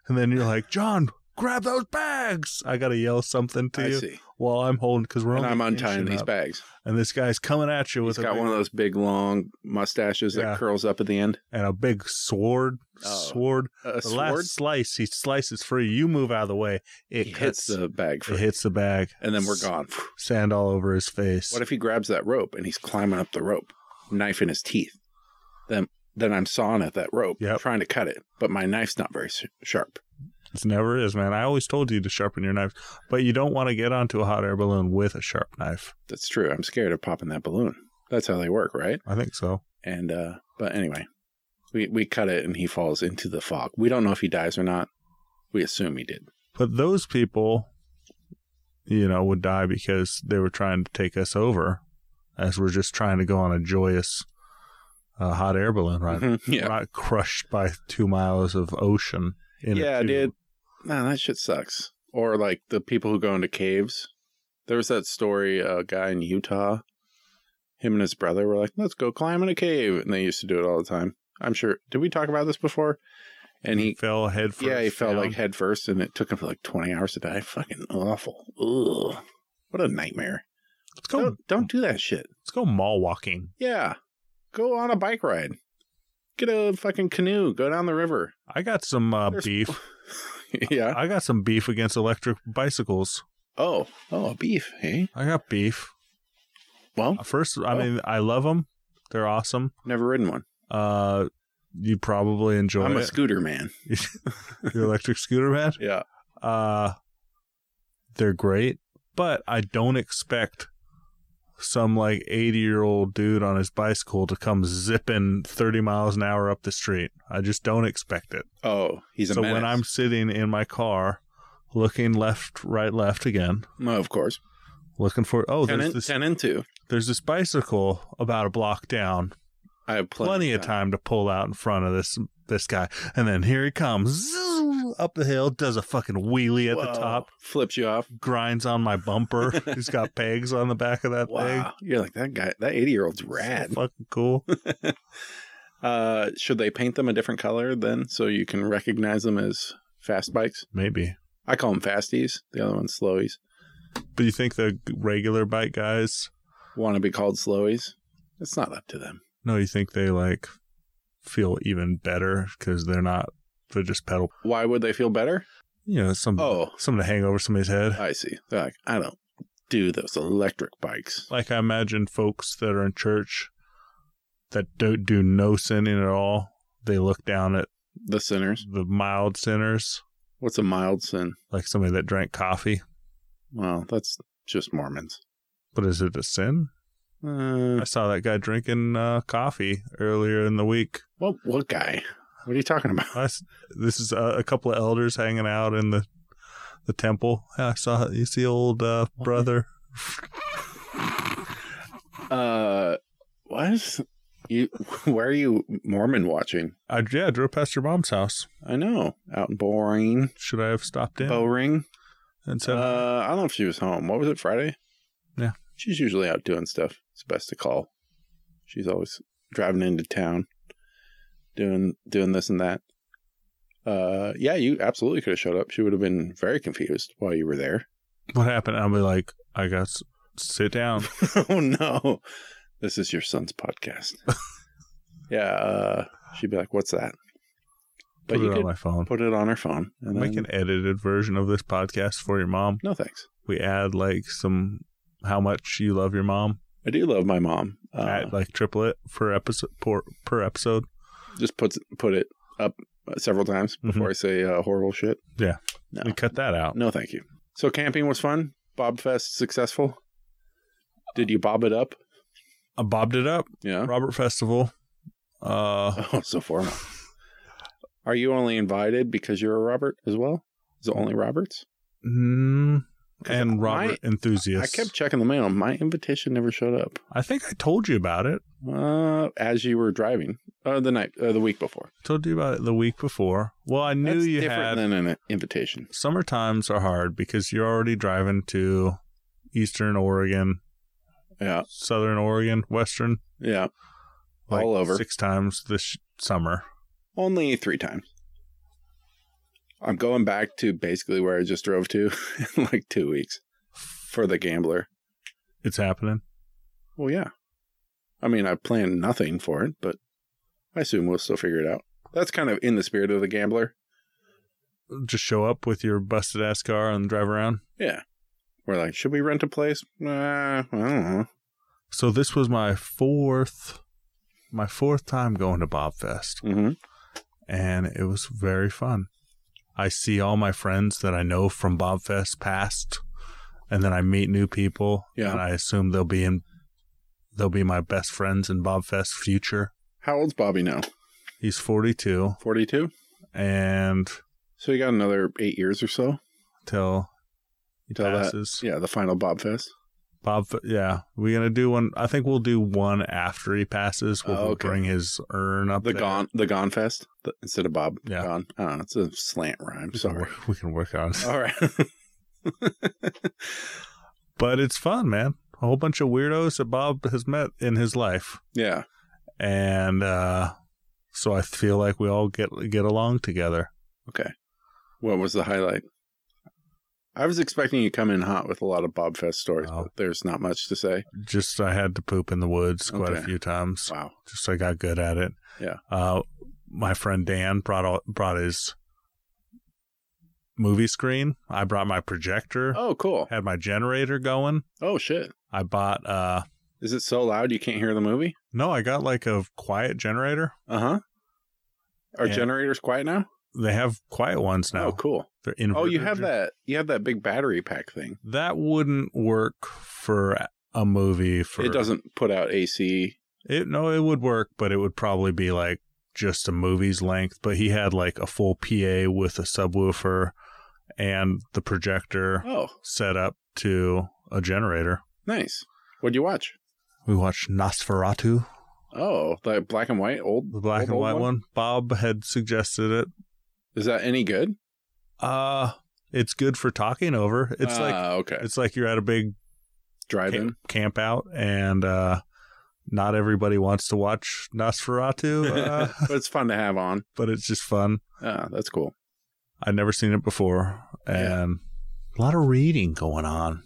and then you're like, John. Grab those bags! I gotta yell something to
I
you
see.
while I'm holding because we're
And
only
I'm
inching
untying these
up.
bags.
and this guy's coming at you with
He's
a
got
big,
one of those big long mustaches
Yeah.
that curls up at the end.
and a big sword.
Oh,
sword.
A
The
sword.
last slice, he slices free. You move out of the way. It
It hits
cuts,
the bag
It
for,
hits the bag,
and then we're gone.
Sand all over his face.
What if he grabs that rope and he's climbing up the rope, knife in his teeth? Then then I'm sawing at that rope,
Yep.
trying to cut it, but my knife's not very s- sharp.
it never is, man. I always told you to sharpen your knives, but you don't want to get onto a hot air balloon with a sharp knife.
That's true. I'm scared of popping that balloon. That's how they work, right?
I think so.
And uh but anyway, we we cut it and he falls into the fog. We don't know if he dies or not. We assume he did.
But those people, you know, would die because they were trying to take us over, as we're just trying to go on a joyous uh, hot air balloon ride.
Mhm. Yeah.
We're not crushed by two miles of ocean. In a
yeah,
tube.
dude. No, that shit sucks. Or like the people who go into caves. There was that story, a guy in Utah, him and his brother were like, let's go climb in a cave. And they used to do it all the time. I'm sure. Did we talk about this before? And he,
fell head first.
yeah, he fell
down.
like head first and it took him for like 20 hours to die. Fucking awful. Ugh. What a nightmare.
Let's go.
Don't, don't do that shit.
Let's go mall walking.
Yeah. Go on a bike ride. Get a fucking canoe. Go down the river.
I got some uh,
There's-
beef.
yeah.
I got some beef against electric bicycles.
Oh, oh, a beef. Hey.
I got beef. Uh,
Well,
First, I
Oh.
mean, I love them. They're awesome.
Never ridden one.
Uh, you probably enjoy
I'm a
it.
scooter man.
Your electric scooter man.
Yeah.
Uh, they're great, but I don't expect some like 80 year old dude on his bicycle to come zipping 30 miles an hour up the street. I just don't expect it.
Oh, he's a
so
menace.
when I'm sitting in my car, looking left, right, left again,
no, of course.
looking for oh,
ten,
there's
and,
this
ten and two.
there's this bicycle about a block down.
I have
Plenty,
plenty,
of time to pull out in front of this this guy, and then here he comes zoom, up the hill, does a fucking wheelie at
Whoa.
the top,
Flips you off.
grinds on my bumper. He's got pegs on the back of that thing.
Wow. You're like that guy. That 80 year old's
So
rad.
fucking cool.
Uh, should they paint them a different color then, so you can recognize them as fast bikes?
Maybe.
I call them fasties. The other one's slowies.
But you think the regular bike guys?
Want to be called slowies? It's not up to them.
No, you think they like feel even better because they're not. They're just pedal
Why would they feel better?
you know, some
Oh,
something to hang over somebody's head.
I see. They're like, I don't do those electric bikes.
like I imagine folks that are in church that don't do no sinning at all, they look down at
The sinners.
the mild sinners,
What's a mild sin?
like somebody that drank coffee.
Well, that's just Mormons.
But is it a sin?
Uh,
I saw that guy drinking uh, coffee earlier in the week.
What what guy? What are you talking about?
I s this is uh, a couple of elders hanging out in the the temple. I saw you see old uh, brother.
Uh, what? You, where are you Mormon watching?
I yeah, I drove past your mom's house.
I know, out in Boring,
Should I have stopped in
Bowring.
and said,
Uh, I don't know if she was home. What was it, Friday?
Yeah.
she's usually out doing stuff. It's best to call. She's always driving into town, doing doing this and that. Uh, yeah, you absolutely could have showed up. She would have been very confused while you were there.
"What happened?" I'll be like, "I got s- sit down."
oh no, this is your son's podcast. yeah, uh, she'd be like, "What's that?" But
Put it
you
on
could
my phone.
put it on her phone and
Make
then,
an edited version of this podcast for your mom.
No thanks.
We add like some how much you love your mom
I do love my mom. Uh,
at like triplet per episode per, per episode.
just puts put it up uh, several times
Mm-hmm.
before I say uh, horrible shit. No.
We cut that out.
No, thank you. So camping was fun. Bob Fest successful. Did you bob it up?
I bobbed it up.
Yeah.
Robert Festival. Uh,
Oh, so formal. Are you only invited because you're a Robert as well? Is it only Roberts?
mm,
'Cause
and
my-
Robert enthusiast.
I kept checking the mail. My invitation never showed up.
I think I told you about it.
Uh, as you were driving, uh, the night, uh, the week before.
Told you about it the week before. Well, I knew
That's
you had
different than an invitation.
summer times are hard because you're already driving to eastern Oregon,
Yeah,
southern Oregon, western,
yeah. All over.
six times this sh- summer.
Only three times. I'm going back to basically where I just drove to in like two weeks for the gambler.
It's happening.
Well, yeah. I mean, I planned nothing for it, but I assume we'll still figure it out. That's kind of in the spirit of the gambler.
Just show up with your busted ass car and drive around.
Yeah. We're like, should we rent a place? Uh, I don't know.
So this was my fourth, my fourth time going to Bob Fest.
Mm-hmm.
and it was very fun. I see all my friends that I know from Bobfest past, and then I meet new people.
Yeah.
and I assume they'll be in, they'll be my best friends in Bobfest future.
How old's Bobby now?
He's forty two,
42?
and
So he got another eight years or so?
till he
Till that-
passes,
Yeah, the final Bob Fest.
Bob. Yeah, we're gonna do one. I think we'll do one after he passes. We'll
Oh, okay.
bring his urn up.
The
there.
Gone the Gone Fest The- instead of Bob.
Yeah.
Gone. I don't know. It's a slant rhyme.
We can
Sorry.
work- we can work on. it.
All right.
But it's fun, man. A whole bunch of weirdos that Bob has met in his life.
yeah.
and uh, so I feel like we all get get along together.
Okay. What was the highlight? I was expecting you to come in hot with a lot of Bob Fest stories,
Oh.
but there's not much to say.
Just I had to poop in the woods quite a
Okay.
few times.
Wow.
Just I got good at it.
Yeah.
Uh, my friend Dan brought all, brought his movie screen. I brought my projector.
Oh, cool.
Had my generator going.
Oh, shit.
I bought uh
Is it so loud you can't hear the movie?
no, I got like a quiet generator.
Uh huh. Are
Yeah.
generators quiet now?
They have quiet ones now.
Oh, cool.
They're
Oh, you
inverter
have
gen-
that. You have that big battery pack thing.
That wouldn't work for a movie. For
It doesn't put out AC.
It no, it would work, but it would probably be like just a movie's length. But he had like a full PA with a subwoofer and the projector
Oh,
set up to a generator.
nice. What'd you watch?
We watched Nosferatu,
Oh, that black and white old.
the black
old,
and
old
white one. Bob had suggested it.
Is that any good?
Uh it's good for talking over. It's like
Ah, okay.
it's like you're at a big
Driving.
camp, camp out and uh not everybody wants to watch Nosferatu, uh,
but it's fun to have on.
but it's just fun.
Ah, that's cool.
I'd never seen it before,
Yeah.
and a lot of reading going on.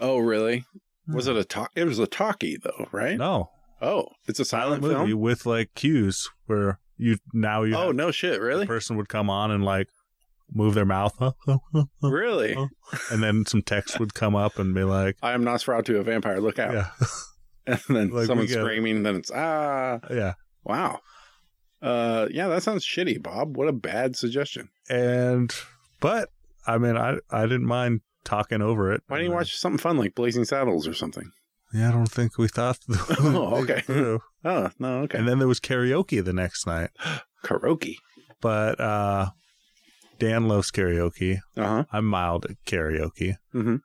Oh, really? Was it a talk? It was a talkie though, right?
Hmm. No
Oh, it's a silent,
movie
film.
with like cues where you now you
Oh
have-
no, shit!
the
Really?
person would come on and like move their mouth, huh, huh, huh, huh,
Really?
Oh. and then some text would come up and be like,
I am Nosferatu, a vampire. Look out!
yeah,
And then
Like, we
someone
get it.
screaming. Then it's ah.
yeah,
Wow. Uh, yeah, that sounds shitty, Bob. What a bad suggestion.
and but I mean I I didn't mind talking over it.
Why don't you
And, uh,
watch something fun like Blazing Saddles or something?
Yeah, I don't think we thought.
Oh, okay.
through.
Oh no, okay.
And then there was karaoke the next night,
karaoke.
but uh Dan loves karaoke.
Uh huh.
I'm mild at karaoke.
Mhm.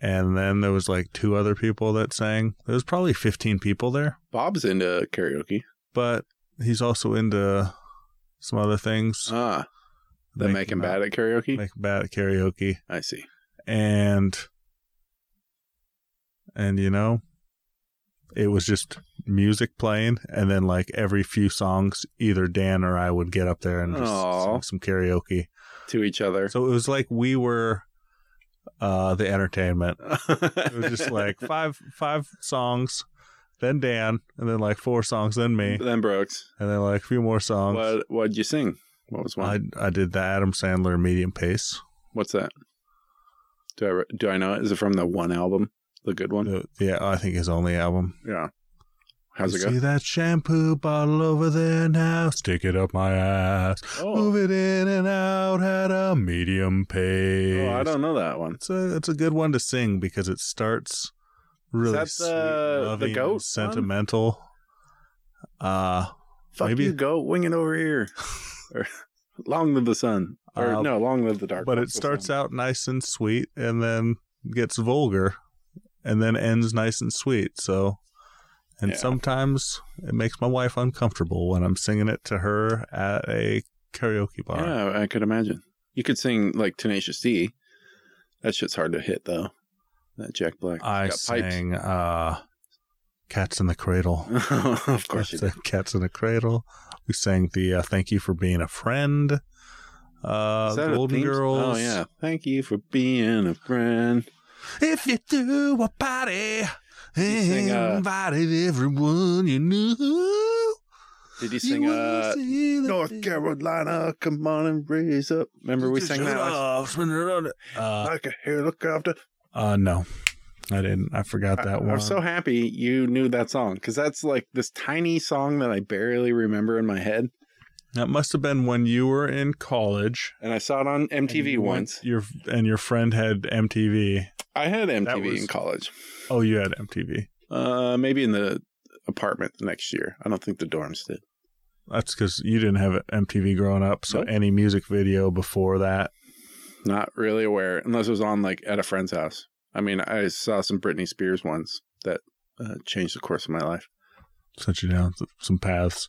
And then there was like two other people that sang. There was probably 15 people there.
Bob's into karaoke.
but he's also into some other things
Ah, that make him bad at karaoke?
Make him bad at karaoke,
I see.
and and you know, it was just music playing, and then like every few songs, either Dan or I would get up there and just
Aw.
sing some karaoke.
To each other.
So it was like we were uh the entertainment. It was just like five five songs, then Dan, and then like four songs, then me,
Then Brooks.
and then like a few more songs.
What what'd you sing? What was one?
I I did the Adam Sandler medium pace.
What's that? Do I re- do I know it? Is it from the one album, the good one?
The- yeah, I think his only album.
Yeah. How's it
You
go?
See that shampoo bottle over there now? Stick it up my ass. Move
Oh,
it in and out at a medium pace.
oh, I don't know that one.
It's a it's a good one to sing because it starts really
that
sweet,
the- the
loving, and
goat one?
sentimental. Uh
Fuck
Maybe-
you, go wing it over here. or long live the sun. Or
Uh,
no, long live the dark.
but
Fuck
it
the
starts
sun.
out nice and sweet and then gets vulgar and then ends nice and sweet so and
Yeah.
sometimes it makes my wife uncomfortable when i'm singing it to her at a karaoke bar
Yeah, I could imagine. You could sing like Tenacious D. That shit's hard to hit though. That Jack Black.
i
Got pipes.
sang uh cats in the cradle
of course you
That's
do.
it, cats in the cradle we sang the uh, thank you for being a friend uh
Is that a
golden
theme-
girls
Oh yeah. Thank you for being a friend.
If you threw a party,
You sing, uh,
invited everyone you knew.
Did you
you
sing
wouldn't
uh
see the
North
thing.
Carolina, come on and raise up. Remember we
Just
sang
shut
that last-
up, spin it on it. Uh,
like a helicopter.
uh, no, I didn't. I forgot
I-
that one.
I'm so happy you knew that song because that's like this tiny song that I barely remember in my head.
that must have been when you were in college.
And I saw it on
and
MTV
you went-
once.
Your and your friend had MTV.
I had MTV
was-
in college.
Oh, you had MTV.
Uh, maybe in the apartment next year. I don't think the dorms did.
That's because you didn't have MTV growing up. So
Nope.
any music video before that,
Not really aware unless it was on like at a friend's house. I mean, I saw some Britney Spears ones that uh, changed the course of my life.
sent you down some paths.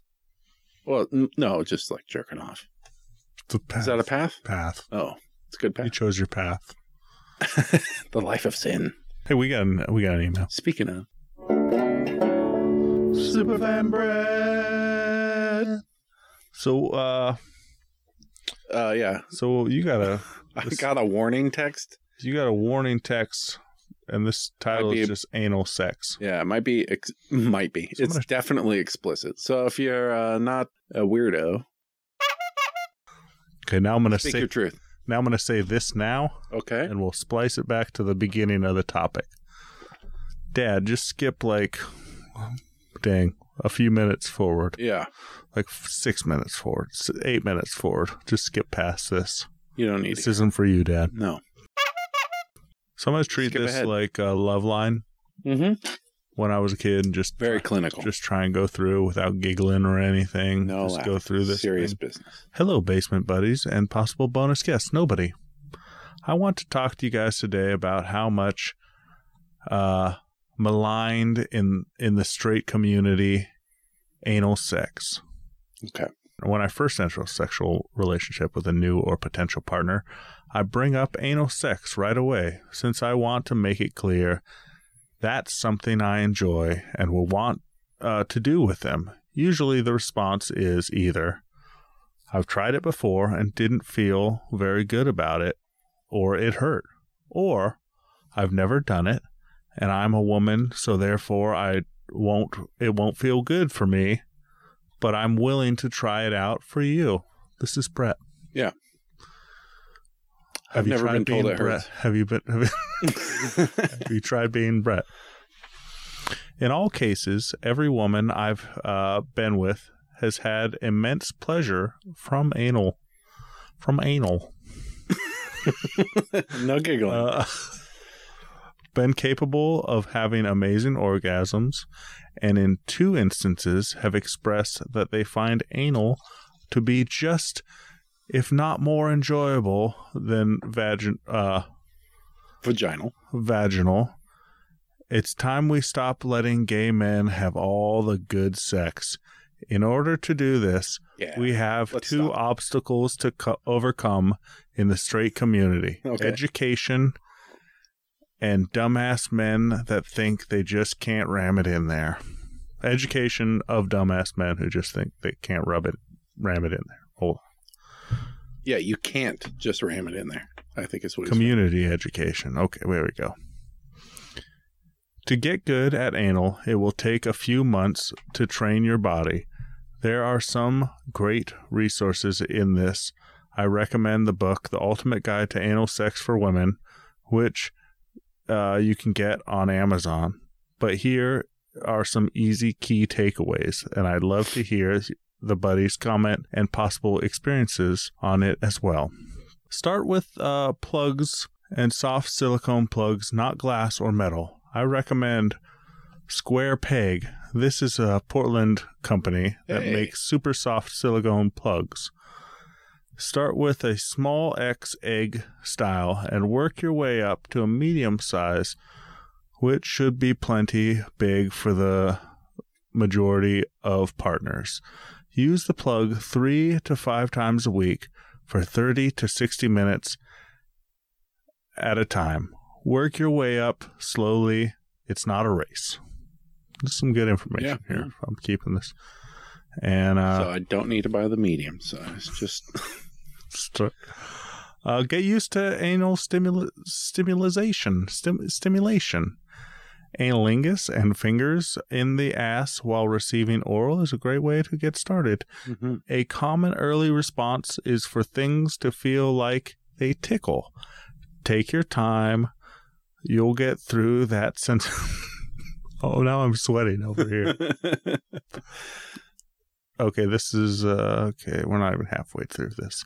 Well, n- no, just like jerking off.
It's a path.
Is that a path?
path?
Oh, it's a good
Ah. You
path.
chose your path.
the life of sin.
Hey, we got an, we got an email.
Speaking of,
Superfan bread. So, uh,
uh, yeah,
so you got a
I
This-
got a warning text.
you got a warning text, and this title
Might be
is
a-
just anal sex.
Yeah, it might be, ex- might be.
So I'm
it's
gonna-
definitely explicit. So if you're uh, not a weirdo,
Okay, now I'm gonna
speak
say
your truth.
now I'm gonna say this now,
Okay.
and we'll splice it back to the beginning of the topic. Dad, just skip like, dang, a few minutes forward,
Yeah,
like six minutes forward, s- eight minutes forward. Just skip past this.
you don't need
This
to.
isn't for you, Dad.
No.
So I'm gonna treat
Skip
this
ahead.
like a love line.
Mm-hmm.
when I was a kid and just
Very clinical.
just try and go through without giggling or anything.
no,
just
laugh.
go through this.
serious
thing.
business.
Hello, basement buddies and possible bonus guests. Nobody. I want to talk to you guys today about how much uh, maligned in in the straight community anal sex.
Okay.
When I first enter a sexual relationship with a new or potential partner, I bring up anal sex right away since I want to make it clear that's something I enjoy and will want uh, to do with them. Usually the response is either I've tried it before and didn't feel very good about it, or it hurt, or I've never done it and I'm a woman, so therefore I won't it won't feel good for me but I'm willing to try it out for you. This is Brett.
Yeah.
Have
I've
you
never
tried
been told
being
it
Brett?
hurts.
Have you been? Have you, have you tried being Brett? In all cases, every woman I've uh, been with has had immense pleasure from anal. From anal.
no giggling.
Uh, been capable of having amazing orgasms, and in two instances have expressed that they find anal to be just, if not more enjoyable than vagin- uh,
Vaginal.
vaginal. It's time we stop letting gay men have all the good sex. In order to do this,
Yeah.
we have
Let's
two
stop.
obstacles to co- overcome in the straight community
Okay.
education and dumbass men that think they just can't ram it in there. Education of dumbass men who just think they can't rub it, ram it in there. Hold
yeah, you can't just ram it in there. I think it's what he's
Community education. Okay, there we go. To get good at anal, it will take a few months to train your body. There are some great resources in this. I recommend the book, The Ultimate Guide to Anal Sex for Women, which uh, you can get on Amazon. But here are some easy key takeaways, and I'd love to hear the buddies' comment and possible experiences on it as well. Start with uh, plugs and soft silicone plugs, not glass or metal. I recommend Square Peg. This is a Portland company that
Hey.
makes super soft silicone plugs. Start with a small X egg style and work your way up to a medium size, which should be plenty big for the majority of partners. Use the plug three to five times a week for 30 to 60 minutes at a time. Work your way up slowly. It's not a race. There's some good information
Yeah,
here. I'm keeping this. And uh,
so I don't need to buy the medium size. Just
St- uh, get used to anal stimula- stimulation, stim- stimulation. Analingus and fingers in the ass while receiving oral is a great way to get started.
Mm-hmm.
A common early response is for things to feel like they tickle. Take your time. You'll get through that sense. oh, now I'm sweating over here okay, this is uh, okay. We're not even halfway through this.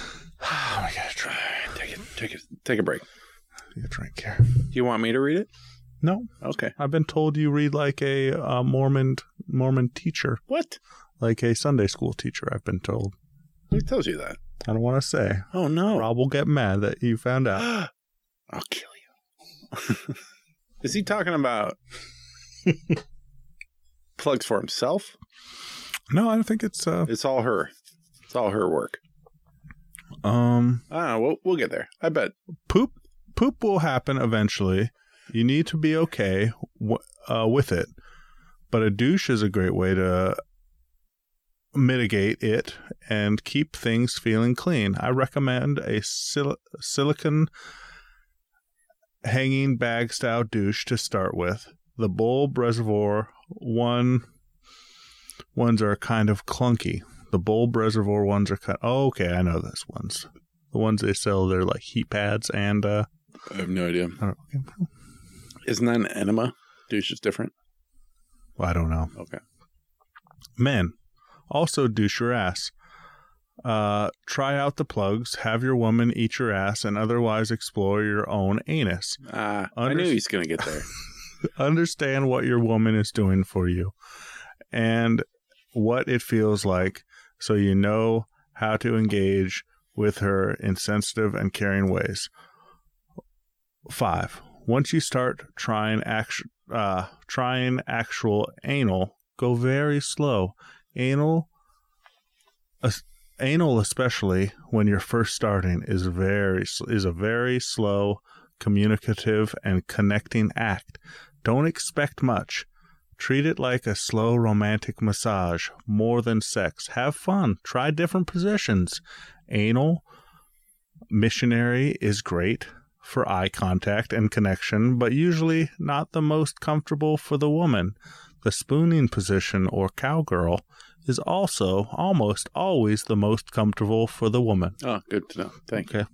Oh we gotta try
take it. Take it. Take a break.
a drink here.
Do you want me to read it?
No,
Okay.
I've been told you read like a uh, Mormon Mormon teacher,
What?
like a Sunday school teacher. I've been told.
Who tells you that?
I don't want to say.
Oh no.
Rob will get mad that you found out.
I'll kill you. Is he talking about plugs for himself?
No, I don't think it's. Uh,
It's all her. It's all her work.
um,
I don't know. We'll, we'll get there. I bet.
poop poop will happen eventually. You need to be okay w- uh, with it, but a douche is a great way to mitigate it and keep things feeling clean. I recommend a sil- silicon hanging bag style douche to start with. The bulb reservoir one ones are kind of clunky. The bulb reservoir ones are kind. Oh, okay, I know those ones. The ones they sell, they're like heat pads and uh,
I have no idea.
I don't,
Isn't that an enema? Douche is different.
well, I don't know.
Okay.
Men, also douche your ass. Uh, try out the plugs, have your woman eat your ass, and otherwise explore your own anus.
Ah, I
Under-
knew he's gonna get there.
Understand what your woman is doing for you and what it feels like so you know how to engage with her in sensitive and caring ways. Five, once you start trying, act- uh, trying actual anal, go very slow. Anal, es- anal especially when you're first starting, is very s- is a very slow, communicative, and connecting act. Don't expect much. Treat it like a slow romantic massage, more than sex. Have fun. Try different positions. Anal missionary is great for eye contact and connection, but usually not the most comfortable for the woman. The spooning position or cowgirl is also almost always the most comfortable for the woman.
Oh, good to know. Thank you.
Okay.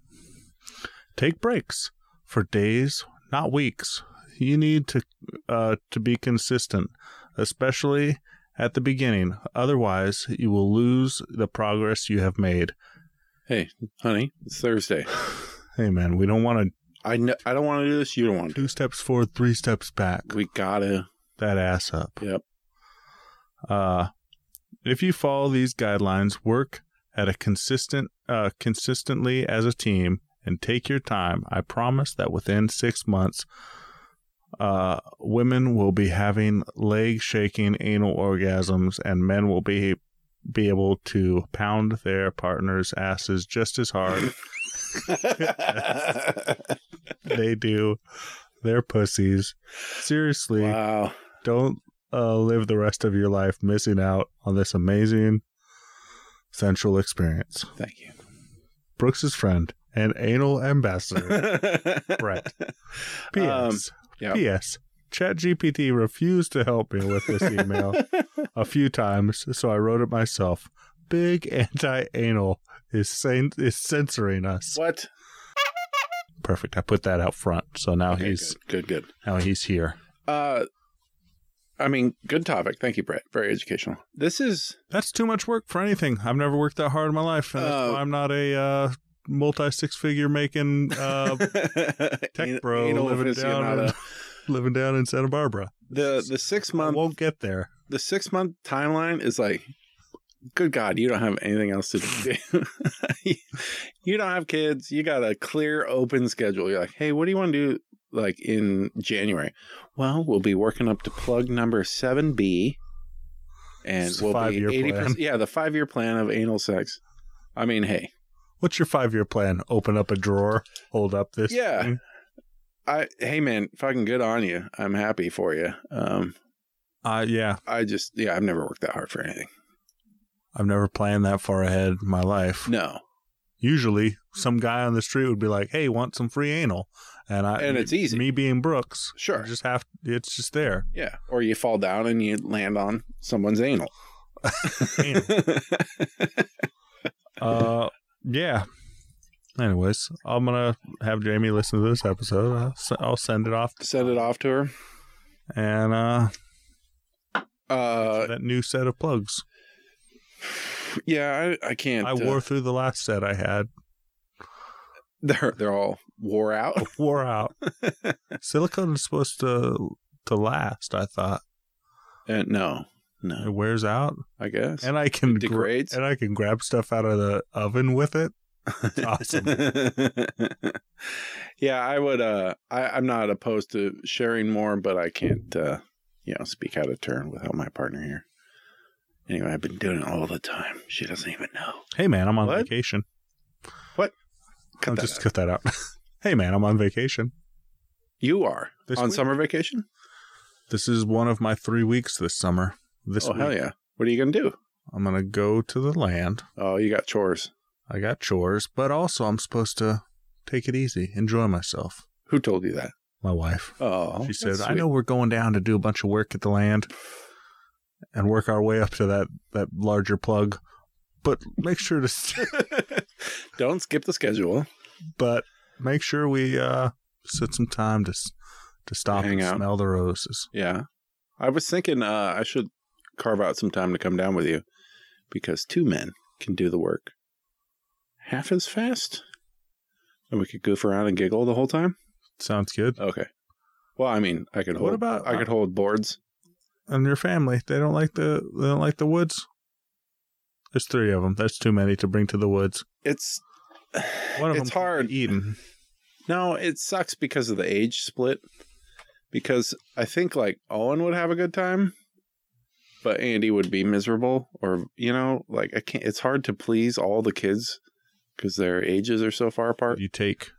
Take breaks for days, not weeks. You need to uh, to be consistent, especially at the beginning. Otherwise, you will lose the progress you have made.
honey. It's Thursday.
Hey, man, we don't want
I kn- I don't want to do this. You don't want
to
to.
two steps forward, three steps back.
We gotta.
that ass up.
Yep.
Uh, if you follow these guidelines, work at a consistent, uh, consistently as a team, and take your time. I promise that within six months, uh, women will be having leg shaking anal orgasms, and men will be be able to pound their partners' asses just as hard they do their pussies. Seriously,
wow.
don't uh, live the rest of your life missing out on this amazing sensual experience.
Thank you.
Brooks's friend and anal ambassador. Brett. P.S.
Um, yeah.
P.S. ChatGPT refused to help me with this email a few times, so I wrote it myself. Big anti-anal is saying is censoring us.
What?
Perfect. I put that out front, so now
Okay,
he's
good. Good. good.
now he's here.
Uh, I mean, good topic. Thank you, Brett. Very educational. This is
That's too much work for anything. I've never worked that hard in my life, and that's
Uh,
why I'm not a uh, multi six figure making uh,
tech
bro living down in- living down in Santa Barbara.
the the six
I
month
won't get there.
the six month timeline is like, good God, you don't have anything else to do. you don't have kids. You got a clear, open schedule. You're like, hey, what do you want to do like in January? Well, we'll be working up to plug number 7B. And
It's a
we'll be
five-year
80%.
plan.
Yeah, the five year plan of anal sex. I mean, hey,
What's your five year plan? Open up a drawer, hold up this.
Yeah.
thing?
I, hey man, fucking good on you. I'm happy for you. Um,
Uh, yeah.
I just, yeah, I've never worked that hard for anything.
I've never planned that far ahead in my life.
No.
Usually, some guy on the street would be like, "Hey, want some free anal?" And I
And it's easy.
Me being Brooks,
Sure.
I just have it's just there.
Yeah, or you fall down and you land on someone's anal.
Anal. uh, yeah. Anyways, I'm gonna have Jamie listen to this episode. I'll, s- I'll send it off,
Send it off to her.
and uh,
Uh,
that new set of plugs.
yeah, I, I can't.
I
uh,
wore through the last set I had,
they're they're all wore out.
wore out. Silicone is supposed to to last. I thought
Uh, no,
it
no,
wears out,
I guess
and I can gra-
degrades.
and I can grab stuff out of the oven with it. It's awesome.
yeah, I would. Uh, I, I'm not opposed to sharing more, but I can't. Uh, you know, speak out of turn without my partner here. Anyway, I've been doing it all the time. She doesn't even know.
Hey man, I'm on
What?
vacation.
Cut
I'll
that
just
out.
cut that out. hey man, I'm on vacation.
You are
This
on
week?
summer vacation.
This is one of my three weeks this summer. This
oh
week,
hell yeah! What are you gonna do?
I'm gonna go to the land.
Oh, you got chores.
I got chores, but also I'm supposed to take it easy, enjoy myself.
Who told you that?
My wife.
Oh,
she
that's
said, I
sweet.
know we're going down to do a bunch of work at the land and work our way up to that, that larger plug, but make sure to, st-
Don't skip the schedule.
but make sure we, uh, set some time to, s- to stop
Hang
and
out.
smell the roses.
Yeah, I was thinking uh, I should carve out some time to come down with you because two men can do the work half as fast, and we could goof around and giggle the whole time.
Sounds good.
Okay. Well, I mean, I could
What
hold.
about- uh,
I could hold boards?
And your family, they don't like the, they don't like the woods. There's three of them. That's too many to bring to the woods.
It's
One of them
it's
can't
hard.
be eaten.
No, it sucks because of the age split. Because I think like Owen would have a good time, but Andy would be miserable. Or you know, like I can't. It's hard to please all the kids because their ages are so far apart.
You take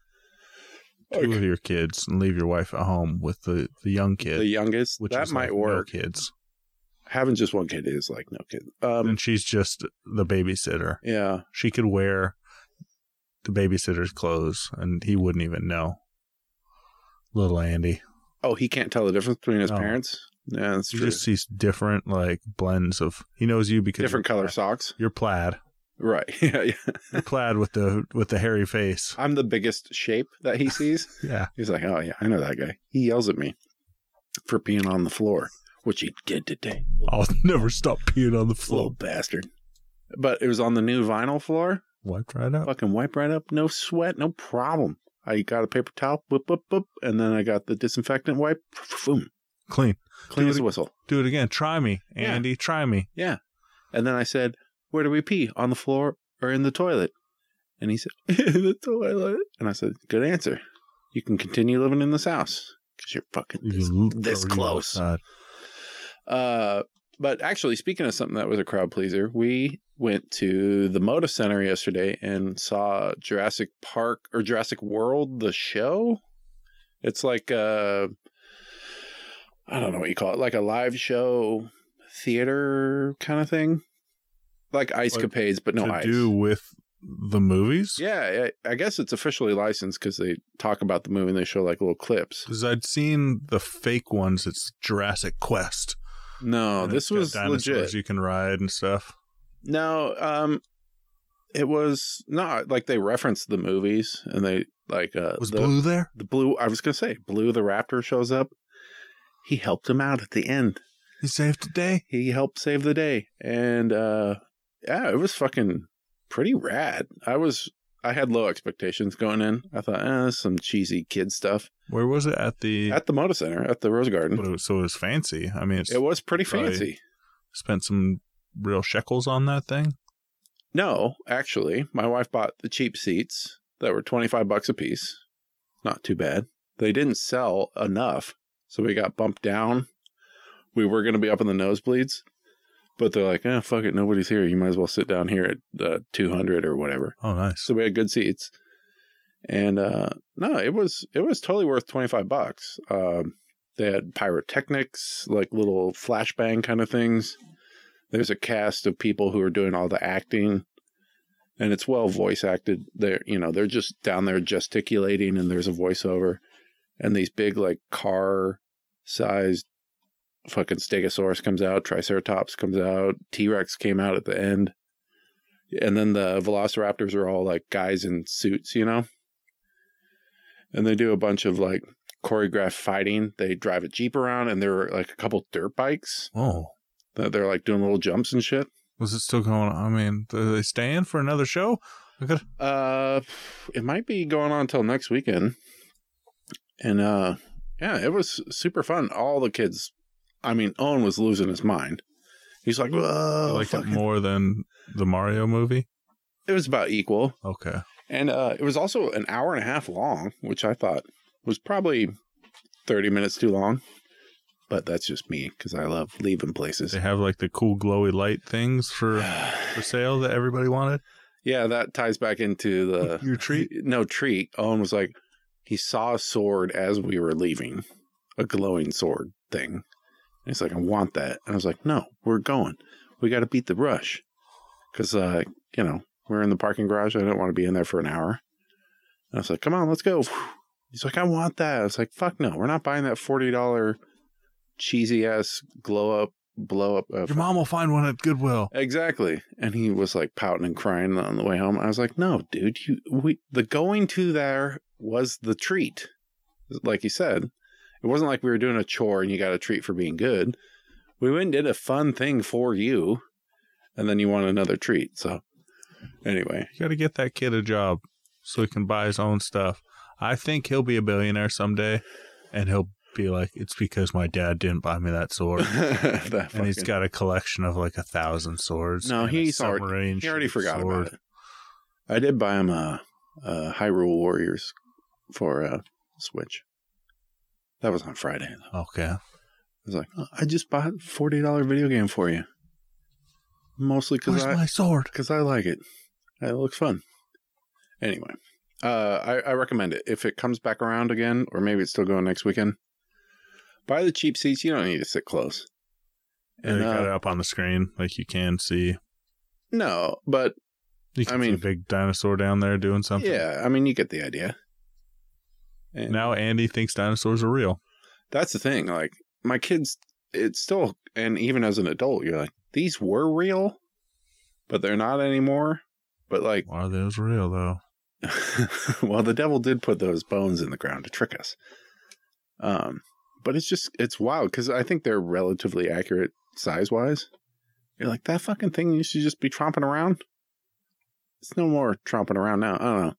two
Like,
of your kids and leave your wife at home with the, the young kid.
the youngest
which
that
is
might
like no
work.
kids.
Having just one kid is like no kid. Um,
and she's just the babysitter.
yeah,
She could wear the babysitter's clothes and he wouldn't even know. Little Andy.
Oh, he can't tell the difference between his
No.
parents. Yeah, that's
He
true.
just sees different like blends of he knows you because
Different color socks,
You're plaid.
right? Yeah, yeah.
You're plaid with the with the hairy face.
I'm the biggest shape that he sees.
Yeah.
He's like, oh yeah, I know that guy. He yells at me for peeing on the floor, which he did today.
I'll never stop peeing on the floor.
Little bastard. But it was on the new vinyl floor.
Wiped right up.
Fucking wipe right up, no sweat, no problem. I got a paper towel, whip, whip, whip, and then I got the disinfectant wipe. Boom,
Clean.
clean
Dude,
as a
it-
whistle.
Do it again. Try me,
Yeah.
Andy. Try me.
And then I said, "Where do we pee? On the floor or in the toilet?" And he said, "In the toilet." And I said, "Good answer. You can continue living in this house because you're fucking
You
this,
l-
this
throw you
close.
outside.
Uh, but actually, speaking of something that was a crowd pleaser, we went to the Moda Center yesterday and saw Jurassic Park or Jurassic World, the show. It's like I I don't know what you call it, like a live show theater kind of thing, like ice capades, but no
to
ice.
do with the movies.
Yeah, I I guess it's officially licensed because they talk about the movie and they show like little clips.
Because I'd seen the fake ones. It's Jurassic Quest.
No,
And
Oh, this
it's got
was
dinosaurs
legit.
You can ride and stuff.
No, um, it was not like they referenced the movies and they like uh
Was
the,
Blue there?
the blue. I was gonna say blue. The raptor shows up. He helped him out at the end.
He saved the day.
He helped save the day, and uh, yeah, it was fucking pretty rad. I was I had low expectations going in. I thought, eh, this is some cheesy kid stuff
Where was it at the?
at the Moda Center at the Rose Garden.
but it was- so it was fancy. I mean, it's,
It was pretty
Probably-
fancy.
spent some real shekels on that thing.
No, actually, my wife bought the cheap seats that were 25 bucks a piece. Not too bad. They didn't sell enough, so we got bumped down. We were going to be up in the nosebleeds, but they're like, eh, fuck it, nobody's here. You might as well sit down here at the 200 or whatever.
Oh, nice.
So we had good seats. And uh no, it was it was totally worth 25 bucks. Um they had pyrotechnics, like little flashbang kind of things. There's a cast of people who are doing all the acting and it's well voice acted. They're, you know, they're just down there gesticulating and there's a voiceover and these big like car sized fucking stegosaurus comes out, triceratops comes out, T-Rex came out at the end and then the velociraptors are all like guys in suits, you know? And they do a bunch of like choreographed fighting. They drive a Jeep around and there were like a couple dirt bikes
Oh,
that they're like doing little jumps and shit.
was it still going? on? I mean, are they staying for another show? I could,
Uh it might be going on till next weekend. And uh yeah, it was super fun. All the kids I mean, Owen was losing his mind. He's like,
I
Whoa,
like it
Oh, fucking-"
more than the Mario movie.
it was about equal.
Okay,
And uh, it was also an hour and a half long, which I thought was probably 30 minutes too long. But that's just me because I love leaving places.
they have like the cool glowy light things for for sale that everybody wanted.
yeah, that ties back into the
Your treat.
No treat. Owen was like, he saw a sword as we were leaving, a glowing sword thing. And he's like, I want that. And I was like, no, we're going. We got to beat the rush. Because, uh, you know, we're in the parking garage. I don't want to be in there for an hour. And I was like, come on, let's go. He's like, I want that. I was like, fuck no, we're not buying that $40 cheesy ass glow up, blow up. Uh,
Your mom will find one at Goodwill.
Exactly. And he was like pouting and crying on the way home. I was like, "No, dude, you we the going to there was the treat." Like you said, it wasn't like we were doing a chore and you got a treat for being good. We went and did a fun thing for you, and then you want another treat. So, anyway,
You got to get that kid a job so he can buy his own stuff. I think he'll be a billionaire someday, and he'll be like, "It's because my dad didn't buy me that sword."
that
and he's
fucking-
got a collection of like a thousand swords.
No,
and a
he's already-
submarine
he already
shaped
forgot
sword.
about it. I did buy him a, a Hyrule Warriors for uh, Switch. That was on Friday.
Okay,
I was like, "Oh, I just bought a forty dollar video game for you, mostly because
where's
I
my sword?
because I like it. It looks fun. Anyway, uh, I, I recommend it if it comes back around again, or maybe it's still going next weekend. Buy the cheap seats. You don't need to sit close.
And
And,
they got
uh,
it up on the screen, like you can see.
No, but
You can
I
see a
mean-
big dinosaur down there doing something.
yeah, I mean, you get the idea. And
Now Andy thinks dinosaurs are real.
that's the thing. Like my kids, it's still, and even as an adult, you're like, these were real, but they're not anymore. But like.
Are those real though?
well, the devil did put those bones in the ground to trick us. Um, but it's just it's wild because I think they're relatively accurate size wise. You're like that fucking thing used to just be tromping around. It's no more tromping around now. I don't know.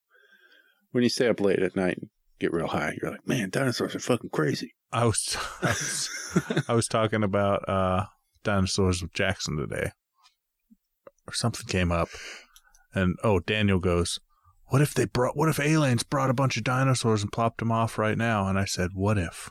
When you stay up late at night and get real high, you're like, man, dinosaurs are fucking crazy.
I was I was, I was talking about uh, dinosaurs with Jackson today, or something came up, and oh, Daniel goes, "What if they brought? What if aliens brought a bunch of dinosaurs and plopped them off right now?" And I said, "What if?"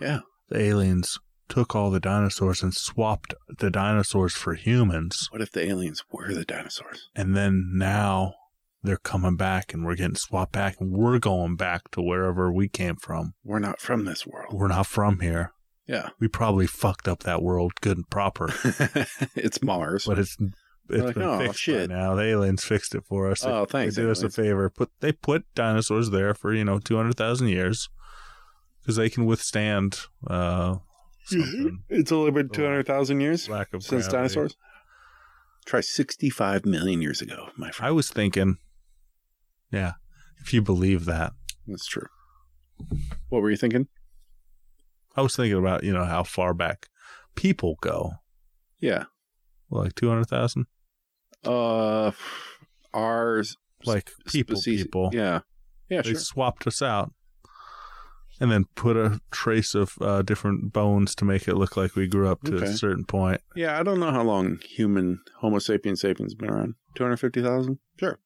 Yeah.
The aliens took all the dinosaurs and swapped the dinosaurs for humans.
What if the aliens were the dinosaurs?
And then now they're coming back and we're getting swapped back and we're going back to wherever we came from.
We're not from this world.
We're not from here.
Yeah.
We probably fucked up that world good and proper,
it's Mars.
but it's it's
Like,
been
"Oh,
fixed by
shit."
now. The aliens fixed it for us. They-
oh,
they
thanks.
did us a
aliens.
favor. Put they put dinosaurs there for you know two hundred thousand years because they can withstand uh, something.
It's only
Oh,
been 200,000 years
lack of
since
gravity.
dinosaurs. Try 65 million years ago, my friend.
I was thinking, yeah, if you believe that,
That's true. What were you thinking?
I was thinking about you know how far back people go,
Yeah.
like two hundred thousand,
Uh, ours.
like people,
species-
people.
Yeah. Yeah,
they
sure.
swapped us out. And then put a trace of uh, different bones to make it look like we grew up to
Okay.
a certain point.
Yeah, I don't know how long human Homo sapiens sapiens been around. Two hundred fifty thousand. Sure.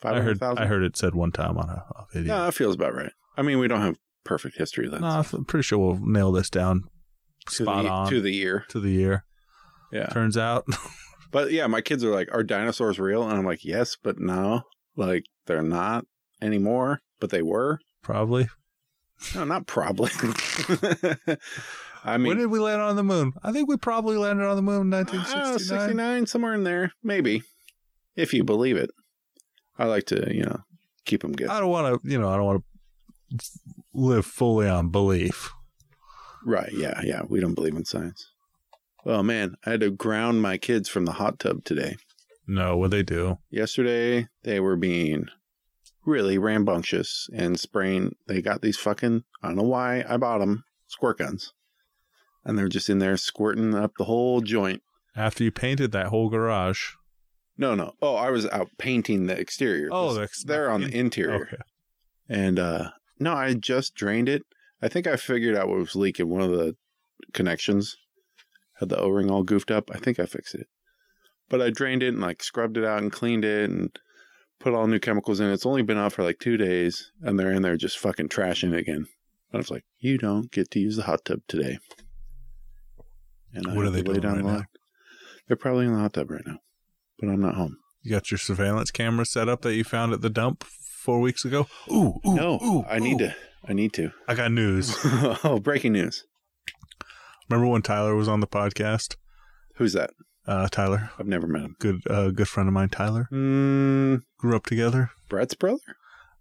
Five
I
hundred
heard. I
thousand.
heard it said one time on a, a video.
No, that feels about right. I mean, we don't have perfect history. That's
No, I'm pretty sure we'll nail this down
to
spot
the,
on
to the year.
to the year.
Yeah,
Turns out,
but yeah, my kids are like, "Are dinosaurs real?" And I'm like, "Yes, but no. Like, they're not anymore, but they were.
probably.
No, not probably. I
when
mean,
did we land on the moon? I think we probably landed on the moon in
uh,
1969.
69, somewhere in there, maybe, if you believe it. I like to, you know, keep them guessing.
I don't want to, you know, I don't want to live fully on belief.
Right. Yeah. Yeah. We don't believe in science. Oh man, I had to ground my kids from the hot tub today.
No, what they do.
Yesterday, they were being really rambunctious and spraying. They got these fucking, I don't know why I bought them, squirt guns. And they're just in there squirting up the whole joint.
After you painted that whole garage.
No, no. Oh, I was out painting the exterior.
Oh,
This-
that's-
they're on the interior.
Okay.
And uh no, I just drained it. I think I figured out what was leaking. One of the connections had the O ring all goofed up. I think I fixed it. But I drained it and like scrubbed it out and cleaned it and put all new chemicals in. It's only been out for like two days and they're in there just fucking trashing it again. And I was like, You don't get to use the hot tub today. And
What
had
are they
to lay
doing right
the
now?
line. They're probably in the hot tub right now. But I'm not home.
You got your surveillance camera set up that you found at the dump four weeks ago. Ooh, ooh,
no,
ooh,
I need
ooh.
to I need to.
I got news.
oh, breaking news.
Remember when Tyler was on the podcast?
Who's that?
Uh, Tyler,
I've never met him.
good, uh, good friend of mine. Tyler
Mm,
grew up together.
Brett's brother?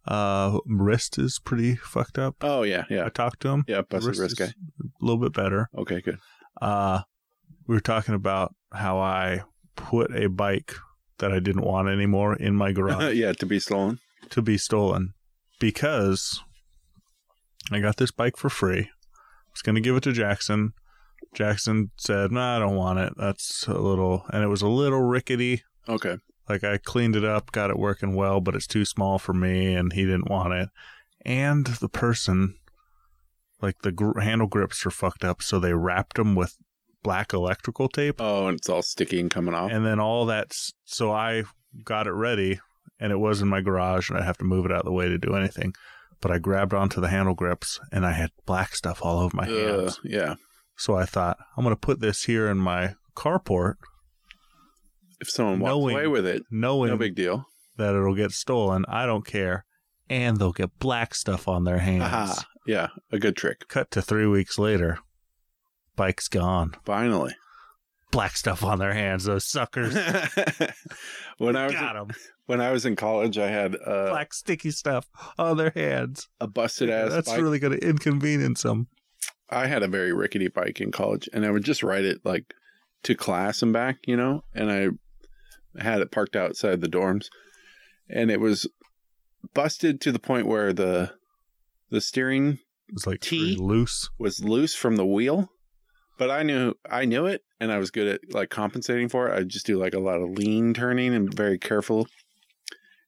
Uh, wrist is pretty fucked up.
Oh yeah,
I
yeah,
talked to him.
yeah. Busted
Wrist
wrist
is
guy.
A little bit better.
Okay, good.
Uh, we were talking about how I put a bike that I didn't want anymore in my garage
yeah, to be stolen.
to be stolen because I got this bike for free. I was going to give it to Jackson. Jackson said, "No, I don't want it. That's a little," and it was a little rickety.
Okay.
Like I cleaned it up, got it working well, but it's too small for me, and he didn't want it. And the person, like the gr- handle grips are fucked up, so they wrapped them with black electrical tape,
Oh, and it's all sticky and coming off.
and then all that. s- So I got it ready, and it was in my garage, and I'd have to move it out of the way to do anything. But I grabbed onto the handle grips, and I had black stuff all over my
Ugh,
hands.
yeah.
So I thought I'm gonna put this here in my carport,
If someone walks
Knowing-
away with it,
knowing
no big deal.
that it'll get stolen. I don't care. And they'll get black stuff on their hands.
Aha. Yeah, a good trick.
Cut to three weeks later. Bike's gone.
Finally.
Black stuff on their hands. Those suckers.
when I was
Got them.
when I was in college, I had uh,
black sticky stuff on their hands.
a busted ass
That's
bike.
really going to inconvenience them.
I had a very rickety bike in college, and I would just ride it like to class and back, you know. And I had it parked outside the dorms, and it was busted to the point where the the steering
It was like
Tea?
three loose.
was loose from the wheel. But I knew I knew it, and I was good at like compensating for it. I just do like a lot of lean turning and very careful,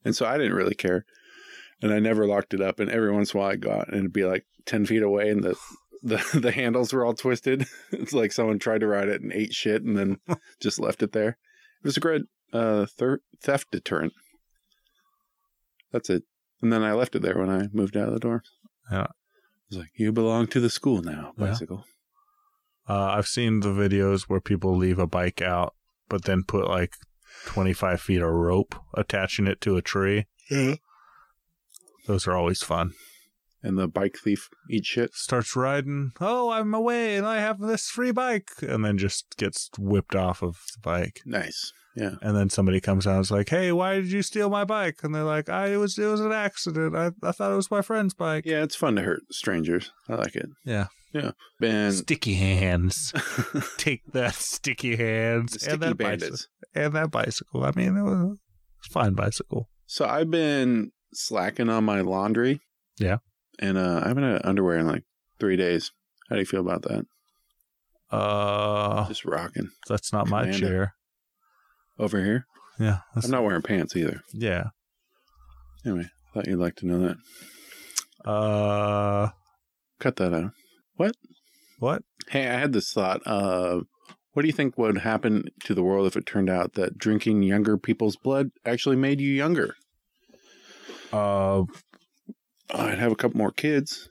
and so I didn't really care. And I never locked it up. And every once in a while, I go out and it'd be like ten feet away, and the the, the handles were all twisted. It's like someone tried to ride it and ate shit, and then just left it there. It was a great uh, thir- theft deterrent. That's it. And then I left it there when I moved out of the dorm.
Yeah.
It's like you belong to the school now,
Yeah.
bicycle.
Uh, I've seen the videos where people leave a bike out, but then put like 25 feet of rope attaching it to a tree.
Yeah.
Those are always fun.
And the bike thief eats shit.
Starts riding, oh, I'm away and I have this free bike, and then just gets whipped off of the bike.
Nice. Yeah.
And then somebody comes out and is like, hey, why did you steal my bike? And they're like, I, it, was, it was an accident. I, I thought it was my friend's bike.
Yeah, it's fun to hurt strangers. I like it.
Yeah.
Yeah. And
sticky hands. Take that, sticky hands.
the
and
sticky
that
bandits.
bicycle. And that bicycle. I mean, it was a fine bicycle.
So I've been slacking on my laundry.
Yeah.
And uh, I haven't had underwear in like three days. How do you feel about that?
Uh,
Just rocking
that's not my
Commander.
chair.
over here.
Yeah, that's,
I'm not wearing pants either.
yeah.
Anyway, thought you'd like to know that.
Uh,
Cut that out.
what?
Hey, I had this thought. Uh, what do you think would happen to the world if it turned out that drinking younger people's blood actually made you younger?
Uh,
Oh, I'd have a couple more kids.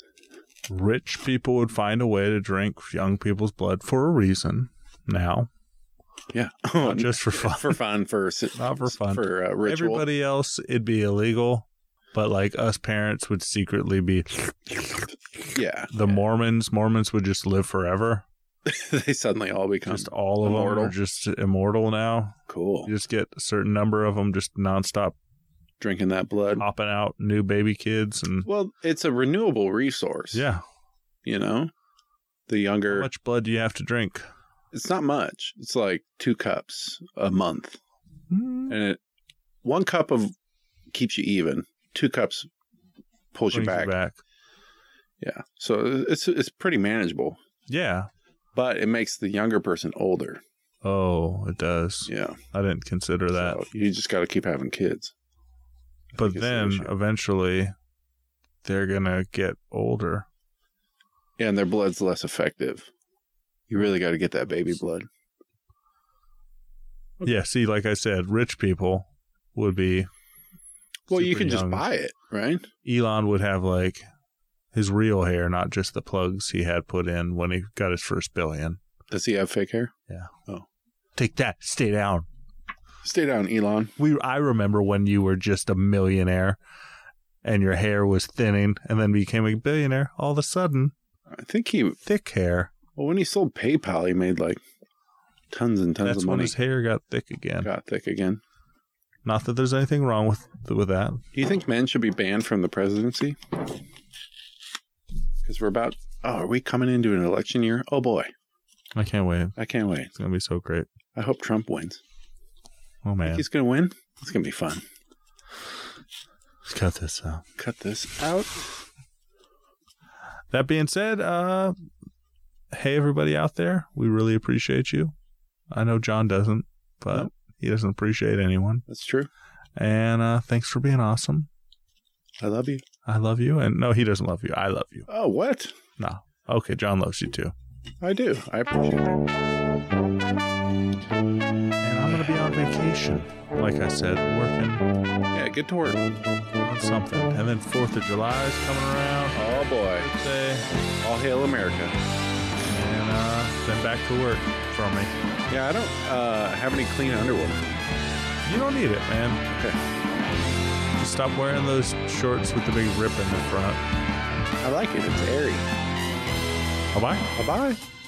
rich people would find a way to drink young people's blood for a reason. Now,
Yeah.
not Oh, just for fun.
for fun. For si-
Not for fun.
For uh, ritual.
Everybody else, it'd be illegal. But like us parents would secretly be
Yeah.
the Mormons. Mormons would just live forever.
they suddenly all become
Just all of
immortal.
them are just immortal now.
cool.
You just get a certain number of them just nonstop
Drinking that blood.
popping out new baby kids and
Well, it's a renewable resource.
yeah.
You know, the
How
younger,
much blood do you have to drink?
it's not much. It's like two cups a month. And it, one cup of keeps you even, two cups pulls you
Brings
back.
you back.
Yeah. So it's, it's pretty manageable,
Yeah.
but it makes the younger person older.
Oh, it does.
Yeah.
I didn't consider that.
So you just got to keep having kids. I
but
think it's an
then
issue.
eventually they're going to get older.
Yeah, and their blood's less effective. You really got to get that baby blood.
Yeah. See, like I said, rich people would be.
Well, you
super
can just
young.
buy it, right?
Elon would have like his real hair, not just the plugs he had put in when he got his first billion.
Does he have fake hair?
Take that. Stay down.
Stay down, Elon.
we I remember when you were just a millionaire and your hair was thinning and then became a billionaire all of a sudden
I think he
thick hair
Well, when he sold PayPal, he made like tons and tons
that's
of
when
money.
his hair got thick again
Got thick again.
not that there's anything wrong with with that
Do you think men should be banned from the presidency? Because we're about. Oh, are we coming into an election year? Oh boy,
I can't wait
I can't wait.
it's gonna be so great
I hope Trump wins.
oh man
He's gonna win. It's gonna be fun.
let's cut this out
Cut this out.
that being said uh hey everybody out there we really appreciate you I know John doesn't but
Nope.
he doesn't appreciate anyone
That's true.
and uh thanks for being awesome
I love you.
I love you and no he doesn't love you I love you
Oh, what?
okay John loves you too
I do. I appreciate it.
and I'm gonna be on vacation. Like I said, working
Yeah, get to work.
on something. And then Fourth of July is coming around
Oh boy.
all day,
All hail America.
and uh, then back to work from me.
Yeah, I don't uh, have any clean underwear.
You don't need it, man.
Okay.
Just stop wearing those shorts with the big rip in the front.
I like it. It's airy.
Bye bye.
Bye bye.